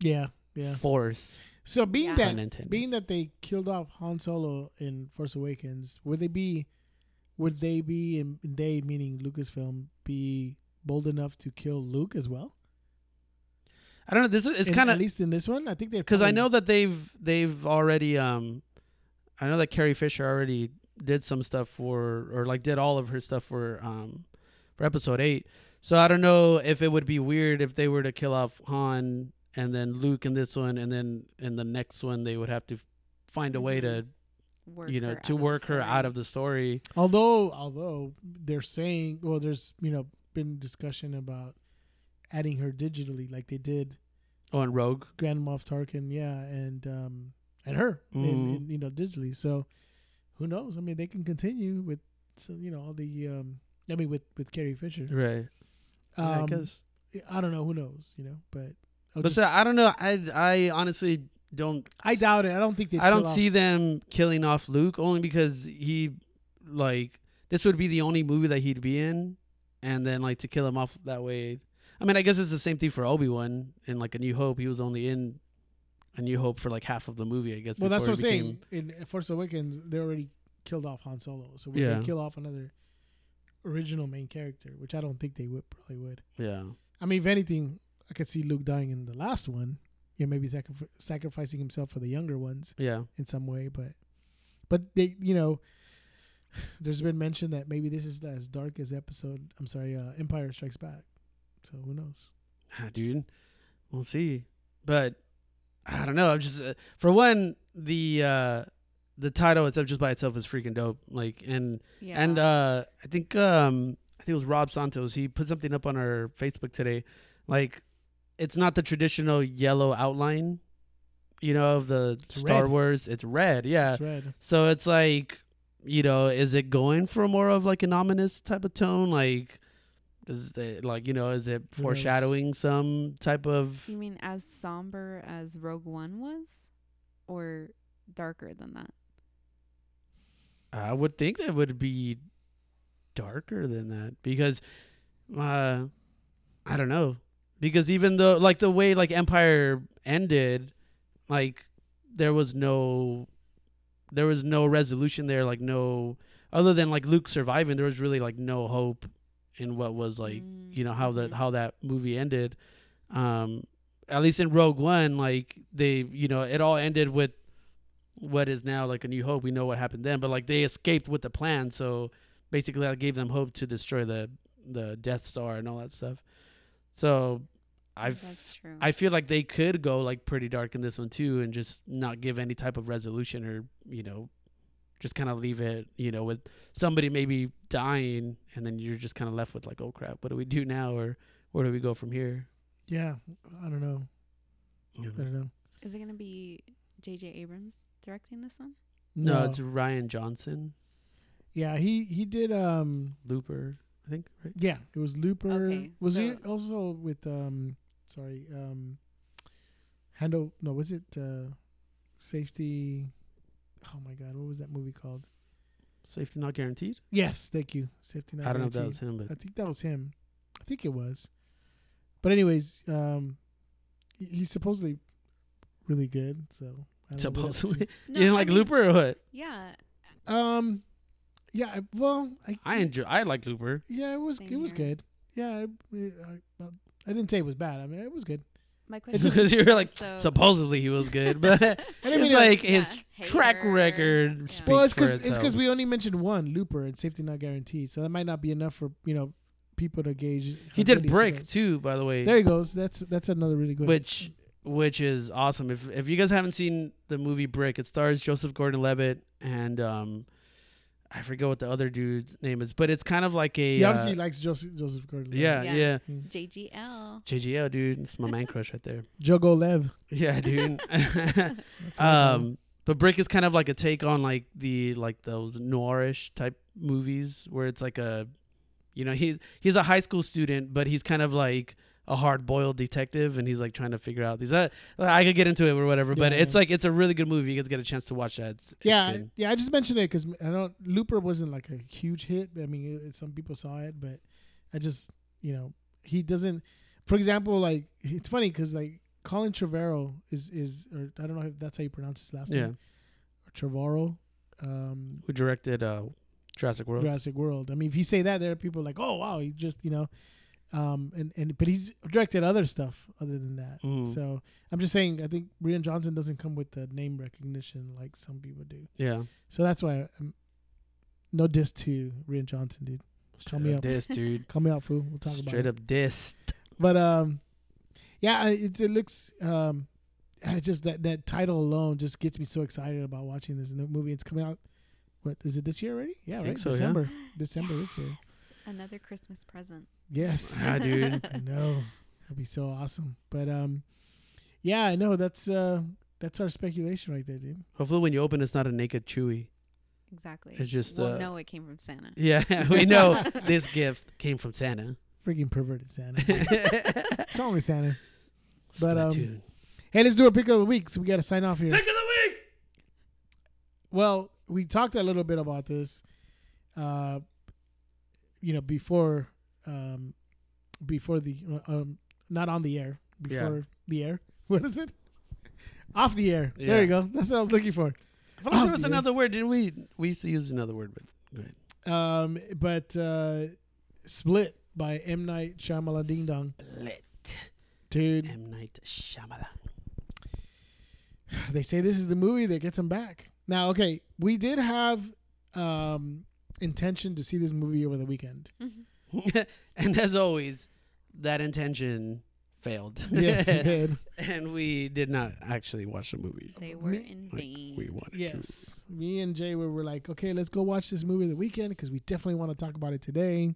Speaker 1: Yeah, yeah.
Speaker 2: force.
Speaker 1: So being
Speaker 3: Yeah.
Speaker 2: Pun
Speaker 1: that
Speaker 2: intended.
Speaker 1: being that they killed off Han Solo in Force Awakens, would they be would they be and they meaning Lucasfilm be bold enough to kill Luke as well?
Speaker 2: I don't know. This is it's
Speaker 1: In-
Speaker 2: kind
Speaker 1: at
Speaker 2: of
Speaker 1: least in this one. I think they're
Speaker 2: because I
Speaker 1: probably-
Speaker 2: know that they've they've already um, I know that Carrie Fisher already did some stuff for or like did all of her stuff for um for episode eight. So I don't know if it would be weird if they were to kill off Han and then Luke in this one, and then in the next one they would have to find a way to
Speaker 3: Mm-hmm. Work
Speaker 2: you know
Speaker 3: her out
Speaker 2: to
Speaker 3: of the
Speaker 2: work her out
Speaker 3: story.
Speaker 2: of the story.
Speaker 1: although although they're saying well there's you know been discussion about adding her digitally like they did
Speaker 2: Oh, and Rogue.
Speaker 1: Grand Moff Tarkin, yeah, and um and her, in
Speaker 2: Mhm.
Speaker 1: in, you know, digitally. So who knows? I mean, they can continue with so, you know all the um I mean with with Carrie Fisher.
Speaker 2: Right.
Speaker 1: Um,
Speaker 2: I guess.
Speaker 1: I don't know. Who knows? You know, but I'll
Speaker 2: But
Speaker 1: just-
Speaker 2: so I don't know. I I honestly don't.
Speaker 1: I doubt it. I don't think they.
Speaker 2: I don't see them killing off Luke only because he like this would be the only movie that he'd be in, and then like to kill him off that way. I mean, I guess it's the same thing for Obi Wan and like A New Hope. He was only in A New Hope for like half of the movie, I guess.
Speaker 1: Well, that's what I'm
Speaker 2: before he
Speaker 1: saying. In Force Awakens, they already killed off Han Solo, so would
Speaker 2: Yeah.
Speaker 1: they kill off another original main character? Which I don't think they would. Probably would.
Speaker 2: became-
Speaker 1: I mean, if anything, I could see Luke dying in the last one. You know, maybe sacri- sacrificing himself for the younger ones
Speaker 2: yeah, yeah.
Speaker 1: in some way, but but they, you know, there's been mention that maybe this is as dark as episode. I'm sorry, uh, Empire Strikes Back. So who knows?
Speaker 2: Ah, dude, we'll see. But I don't know. I'm just uh, for one the uh the title itself just by itself is freaking dope. Like and
Speaker 3: Yeah.
Speaker 2: And uh, I think um, I think it was Rob Santos. He put something up on our Facebook today. Like, it's not the traditional yellow outline, you know, of the
Speaker 1: It's
Speaker 2: Star
Speaker 1: red.
Speaker 2: Wars. It's red, yeah.
Speaker 1: It's red.
Speaker 2: So it's like, you know, is it going for more of like an ominous type of tone? Like, is it like you know, is it
Speaker 1: Who knows?
Speaker 2: foreshadowing some type of?
Speaker 3: you mean as somber as Rogue One was, or darker than that?
Speaker 2: I would think that would be darker than that because uh I don't know. Because even though like the way like Empire ended, like there was no there was no resolution there, like no other than like Luke surviving, there was really like no hope in what was like you know how that
Speaker 3: Mhm.
Speaker 2: how that movie ended um at least in rogue one like they you know it all ended with what is now like a new hope we know what happened then but like they escaped with the plan so basically that gave them hope to destroy the the death star and all that stuff so
Speaker 3: That's
Speaker 2: i've
Speaker 3: true.
Speaker 2: i feel like they could go like pretty dark in this one too and just not give any type of resolution or you know just kind of leave it you know with somebody maybe dying and then you're just kind of left with like oh crap what do we do now or where do we go from here Um,
Speaker 1: Yeah, I don't know.
Speaker 2: You
Speaker 1: I
Speaker 2: know?
Speaker 1: don't know.
Speaker 3: Is it gonna be J.J. Abrams directing this one?
Speaker 2: no, it's ryan johnson
Speaker 1: yeah, he he did. Um,
Speaker 2: looper i think right
Speaker 1: yeah, it was Looper.
Speaker 3: Okay,
Speaker 1: was
Speaker 3: so-
Speaker 1: he also with um, sorry, um, handle? No, was it uh, safety? Oh my God, what was that movie called?
Speaker 2: safety not guaranteed
Speaker 1: Yes, thank you. Safety. Not
Speaker 2: i don't know if that
Speaker 1: Guaranteed.
Speaker 2: was him but
Speaker 1: I think that was him. I think it was. But anyways, um, he- he's supposedly really good. So I don't know, we'll have to see.
Speaker 2: supposedly you didn't
Speaker 3: I
Speaker 2: like
Speaker 3: mean,
Speaker 2: looper or what
Speaker 3: Yeah,
Speaker 1: Um, yeah. I- Well, I,
Speaker 2: i enjoy i like looper
Speaker 1: yeah, it was
Speaker 3: Same
Speaker 1: it was
Speaker 3: here.
Speaker 1: good. Yeah, I, I, well, I didn't say it was bad. I mean, it was good.
Speaker 3: my question.
Speaker 1: It's
Speaker 2: because
Speaker 3: is
Speaker 2: you were like
Speaker 3: so-
Speaker 2: supposedly he was good but
Speaker 1: I
Speaker 2: it's
Speaker 1: didn't mean
Speaker 2: like
Speaker 3: Yeah,
Speaker 2: his track
Speaker 3: hater.
Speaker 2: record
Speaker 3: Yeah.
Speaker 2: speaks
Speaker 1: well, it's
Speaker 2: for
Speaker 1: because
Speaker 2: itself.
Speaker 1: it's because we only mentioned one Looper and Safety Not Guaranteed, so that might not be enough for you know people to gauge. how
Speaker 2: he
Speaker 1: good
Speaker 2: did
Speaker 1: he's
Speaker 2: brick
Speaker 1: supposed-
Speaker 2: too by the way
Speaker 1: There he goes. That's that's another really good.
Speaker 2: which which is awesome. If if you guys haven't seen the movie Brick, it stars Joseph Gordon-Levitt and um, I forget what the other dude's name is, but it's kind of like a
Speaker 1: He obviously
Speaker 2: uh,
Speaker 1: likes Joseph Joseph Gordon.
Speaker 2: yeah,
Speaker 3: Yeah.
Speaker 2: yeah.
Speaker 3: JGL.
Speaker 2: JGL, dude, it's my man crush right there.
Speaker 1: Jogo Lev.
Speaker 2: Yeah, dude.
Speaker 1: That's what I call him.
Speaker 2: um, but Brick is kind of like a take on like the like those noirish type movies where it's like a, you know, he's he's a high school student, but he's kind of like a hard boiled detective, and he's like trying to figure out these. Uh, I could get into it or whatever, but
Speaker 1: Yeah,
Speaker 2: it's
Speaker 1: yeah.
Speaker 2: like it's a really good movie. You guys get a chance to watch that. It's, it's
Speaker 1: yeah,
Speaker 2: good.
Speaker 1: yeah. I just mentioned it because I don't. Looper wasn't like a huge hit. I mean, it, some people saw it, but I just you know he doesn't. For example, like it's funny because like Colin Trevorrow is is or I don't know if that's how you pronounce his last
Speaker 2: yeah.
Speaker 1: name. Trevorrow, um,
Speaker 2: Who directed uh, Jurassic World?
Speaker 1: Jurassic World. I mean, if you say that, there are people like, oh wow, he just you know, um, and and but he's directed other stuff other than that.
Speaker 2: Mhm.
Speaker 1: So I'm just saying, I think Rian Johnson doesn't come with the name recognition like some people do.
Speaker 2: Yeah,
Speaker 1: So that's why I'm, no diss to Rian Johnson, dude. Call me
Speaker 2: Straight
Speaker 1: up.
Speaker 2: This dude.
Speaker 1: Call me out, fool. We'll talk about
Speaker 2: Straight
Speaker 1: it.
Speaker 2: up dissed.
Speaker 1: But um, yeah, I- it, it looks um, I just that that title alone just gets me so excited about watching this new movie. It's coming out. What is it this year already? Yeah,
Speaker 2: think
Speaker 1: right.
Speaker 2: so, yeah.
Speaker 1: December. December this year.
Speaker 3: Another Christmas present.
Speaker 1: Yes.
Speaker 2: Ah, dude.
Speaker 1: I know. That'd be so awesome. But um, yeah, I know that's uh that's our speculation right there, dude.
Speaker 2: Hopefully, when you open, it's not a naked Chewy.
Speaker 3: Exactly.
Speaker 2: It's just,
Speaker 3: We'll
Speaker 2: uh,
Speaker 3: know it came from Santa.
Speaker 2: Yeah, we know this gift came from Santa.
Speaker 1: Freaking perverted Santa. What's wrong with Santa? But, um,
Speaker 2: Splatoon.
Speaker 1: Hey, let's do a pick of the week. So we got to sign off here. Pick of the week. Well, we talked a little bit about this, uh, you know, before, um, before the um, not on the air,
Speaker 2: Yeah.
Speaker 1: before the air. What is it? Off the air.
Speaker 2: Yeah.
Speaker 1: There you go. That's what I was looking for.
Speaker 2: I feel like
Speaker 1: Oh,
Speaker 2: there was
Speaker 1: dear.
Speaker 2: another word, didn't we? We used to use another word, but go ahead.
Speaker 1: Um, but uh, split by M Night Shyamalan Ding Dong,
Speaker 2: Split.
Speaker 1: dude.
Speaker 2: M Night Shyamalan.
Speaker 1: They say this is the movie that gets him back. Now, okay, we did have um intention to see this movie over the weekend.
Speaker 2: and as always, that intention failed.
Speaker 1: yes, he did.
Speaker 2: and we did not actually watch the movie.
Speaker 3: They were
Speaker 1: me-
Speaker 3: in
Speaker 2: like
Speaker 3: vain.
Speaker 2: we wanted to.
Speaker 1: Yes. Me and Jay were, were like, okay, let's go watch this movie the weekend because we definitely want to talk about it today.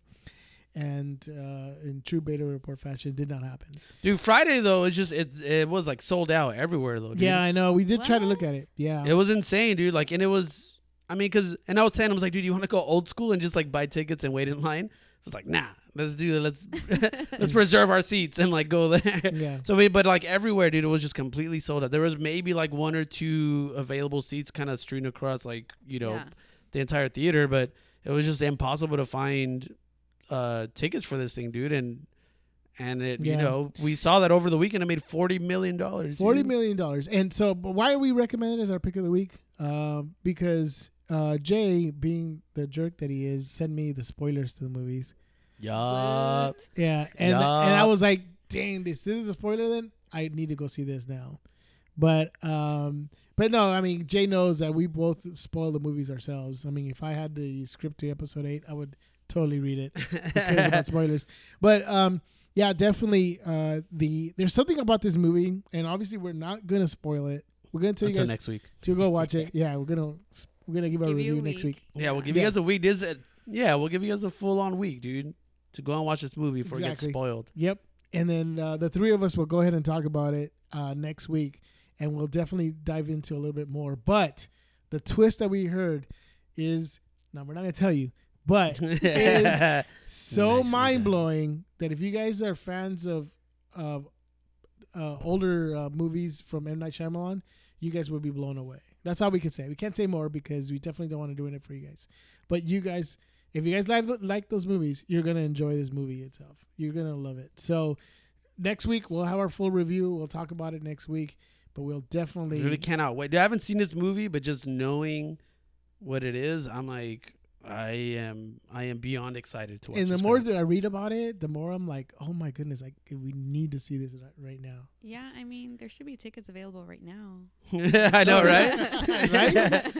Speaker 1: And uh, in true beta report fashion, it did not happen.
Speaker 2: Dude, Friday though, it's just it it was like sold out everywhere though. Dude.
Speaker 1: Yeah, I know. We did try to look
Speaker 3: What?
Speaker 1: at it. Yeah.
Speaker 2: It was insane, dude. Like, and it was, I mean, because, and I was saying, I was like, dude, you want to go old school and just like buy tickets and wait in line? I was like, nah, let's do that. Let's let's preserve our seats and like go there.
Speaker 1: Yeah.
Speaker 2: So we, but like everywhere, dude, it was just completely sold out. There was maybe like one or two available seats, kind of strewn across like you know
Speaker 3: Yeah.
Speaker 2: the entire theater, but it was just impossible to find uh tickets for this thing, dude, and. And it, you
Speaker 1: Yeah.
Speaker 2: know, we saw that over the weekend. It made forty million dollars.
Speaker 1: Forty million dollars. And so, but why are we recommending it as our pick of the week? Um, because uh, Jay, being the jerk that he is, sent me the spoilers to the movies.
Speaker 2: Yeah,
Speaker 1: Yeah, and and
Speaker 2: Yeah.
Speaker 1: I was like, dang, this this is a spoiler. Then I need to go see this now. But um, but no, I mean Jay knows that we both spoil the movies ourselves. I mean, if I had the script to episode eight, I would totally read it. Who cares about spoilers? But um, yeah, definitely. Uh, the there's something about this movie, and obviously we're not gonna spoil it. We're gonna tell
Speaker 2: until
Speaker 1: you guys
Speaker 2: next week.
Speaker 1: to go watch it. Yeah, we're gonna we're gonna give, a
Speaker 3: Give you
Speaker 1: review
Speaker 3: a
Speaker 1: next week.
Speaker 2: Yeah, we'll
Speaker 3: Yeah.
Speaker 2: give you guys a
Speaker 1: Yes.
Speaker 2: week. This, is- yeah, we'll give you guys a full on week, dude, to go and watch this movie before it
Speaker 1: Exactly.
Speaker 2: gets spoiled.
Speaker 1: Yep. And then uh, the three of us will go ahead and talk about it uh, next week, and we'll definitely dive into a little bit more. But the twist that we heard is now we're not going to tell you, but is so
Speaker 2: Next week.
Speaker 1: mind blowing that if you guys are fans of of uh, older uh, movies from M Night Shyamalan, you guys will be blown away. That's all we can say. We can't say more because we definitely don't want to do it for you guys. But you guys, if you guys like like those movies, you're gonna enjoy this movie itself. You're gonna love it. So next week we'll have our full review. We'll talk about it next week. But we'll definitely
Speaker 2: Really cannot wait. Dude, I haven't seen this movie, but just knowing what it is, I'm like, I am, I am beyond excited to watch.
Speaker 1: and the
Speaker 2: this
Speaker 1: more
Speaker 2: crap.
Speaker 1: that I read about it, the more I'm like, oh my goodness, like we need to see this right- right now.
Speaker 3: Yeah, I mean, there should be tickets available right now.
Speaker 2: I know, Oh, right?
Speaker 1: Right?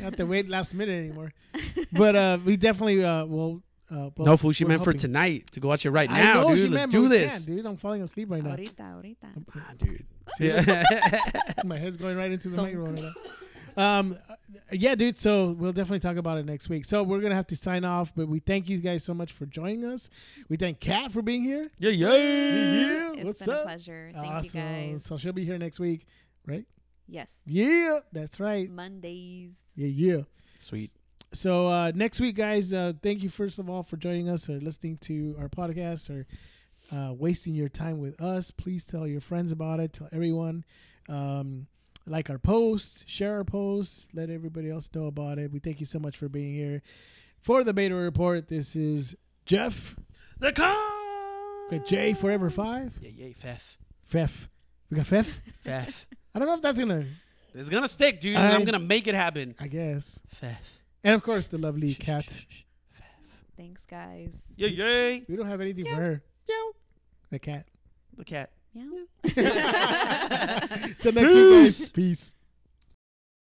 Speaker 1: not to wait last minute anymore. But uh, we definitely uh, will Uh, well,
Speaker 2: no, fool. She
Speaker 1: we're
Speaker 2: meant for
Speaker 1: helping.
Speaker 2: tonight to go watch it right
Speaker 1: I
Speaker 2: now,
Speaker 1: know she
Speaker 2: dude. Let's
Speaker 1: meant, but
Speaker 2: do
Speaker 1: we
Speaker 2: this.
Speaker 1: can't, dude. I'm falling asleep right now.
Speaker 3: Ahorita, ahorita.
Speaker 2: Ah, dude. Yeah.
Speaker 1: My head's going right into the microphone. right now. Um, yeah, dude. So we'll definitely talk about it next week. So we're gonna have to sign off, but we thank you guys so much for joining us. We thank Kat for being here.
Speaker 2: yeah, yeah.
Speaker 1: Yeah,
Speaker 3: Mm, It's
Speaker 1: what's
Speaker 3: been
Speaker 1: up?
Speaker 3: a pleasure. Thank
Speaker 1: awesome.
Speaker 3: you guys.
Speaker 1: So she'll be here next week, right?
Speaker 3: Yes.
Speaker 1: Yeah, that's right.
Speaker 3: Mondays.
Speaker 1: Yeah, yeah.
Speaker 2: Sweet.
Speaker 1: So uh, next week, guys, uh, thank you first of all for joining us or listening to our podcast or uh, wasting your time with us. Please tell your friends about it. Tell everyone. Um, like our post, share our post, let everybody else know about it. We thank you so much for being here. For the Beta Report, this is Jeff,
Speaker 2: The con.
Speaker 1: we got Jay Forever Five,
Speaker 2: Yeah, yeah, Fef.
Speaker 1: Fef. We got Fef.
Speaker 2: Fef.
Speaker 1: I don't know if that's gonna.
Speaker 2: It's gonna stick, dude. and
Speaker 1: I-
Speaker 2: I'm gonna make it happen.
Speaker 1: I guess.
Speaker 2: Fef.
Speaker 1: And of course, the lovely cat.
Speaker 3: Thanks, guys.
Speaker 2: Yeah, yeah.
Speaker 1: We don't have anything for her. The cat.
Speaker 2: The cat.
Speaker 3: Yeah.
Speaker 1: Till next week, guys.
Speaker 2: Peace.
Speaker 1: Peace.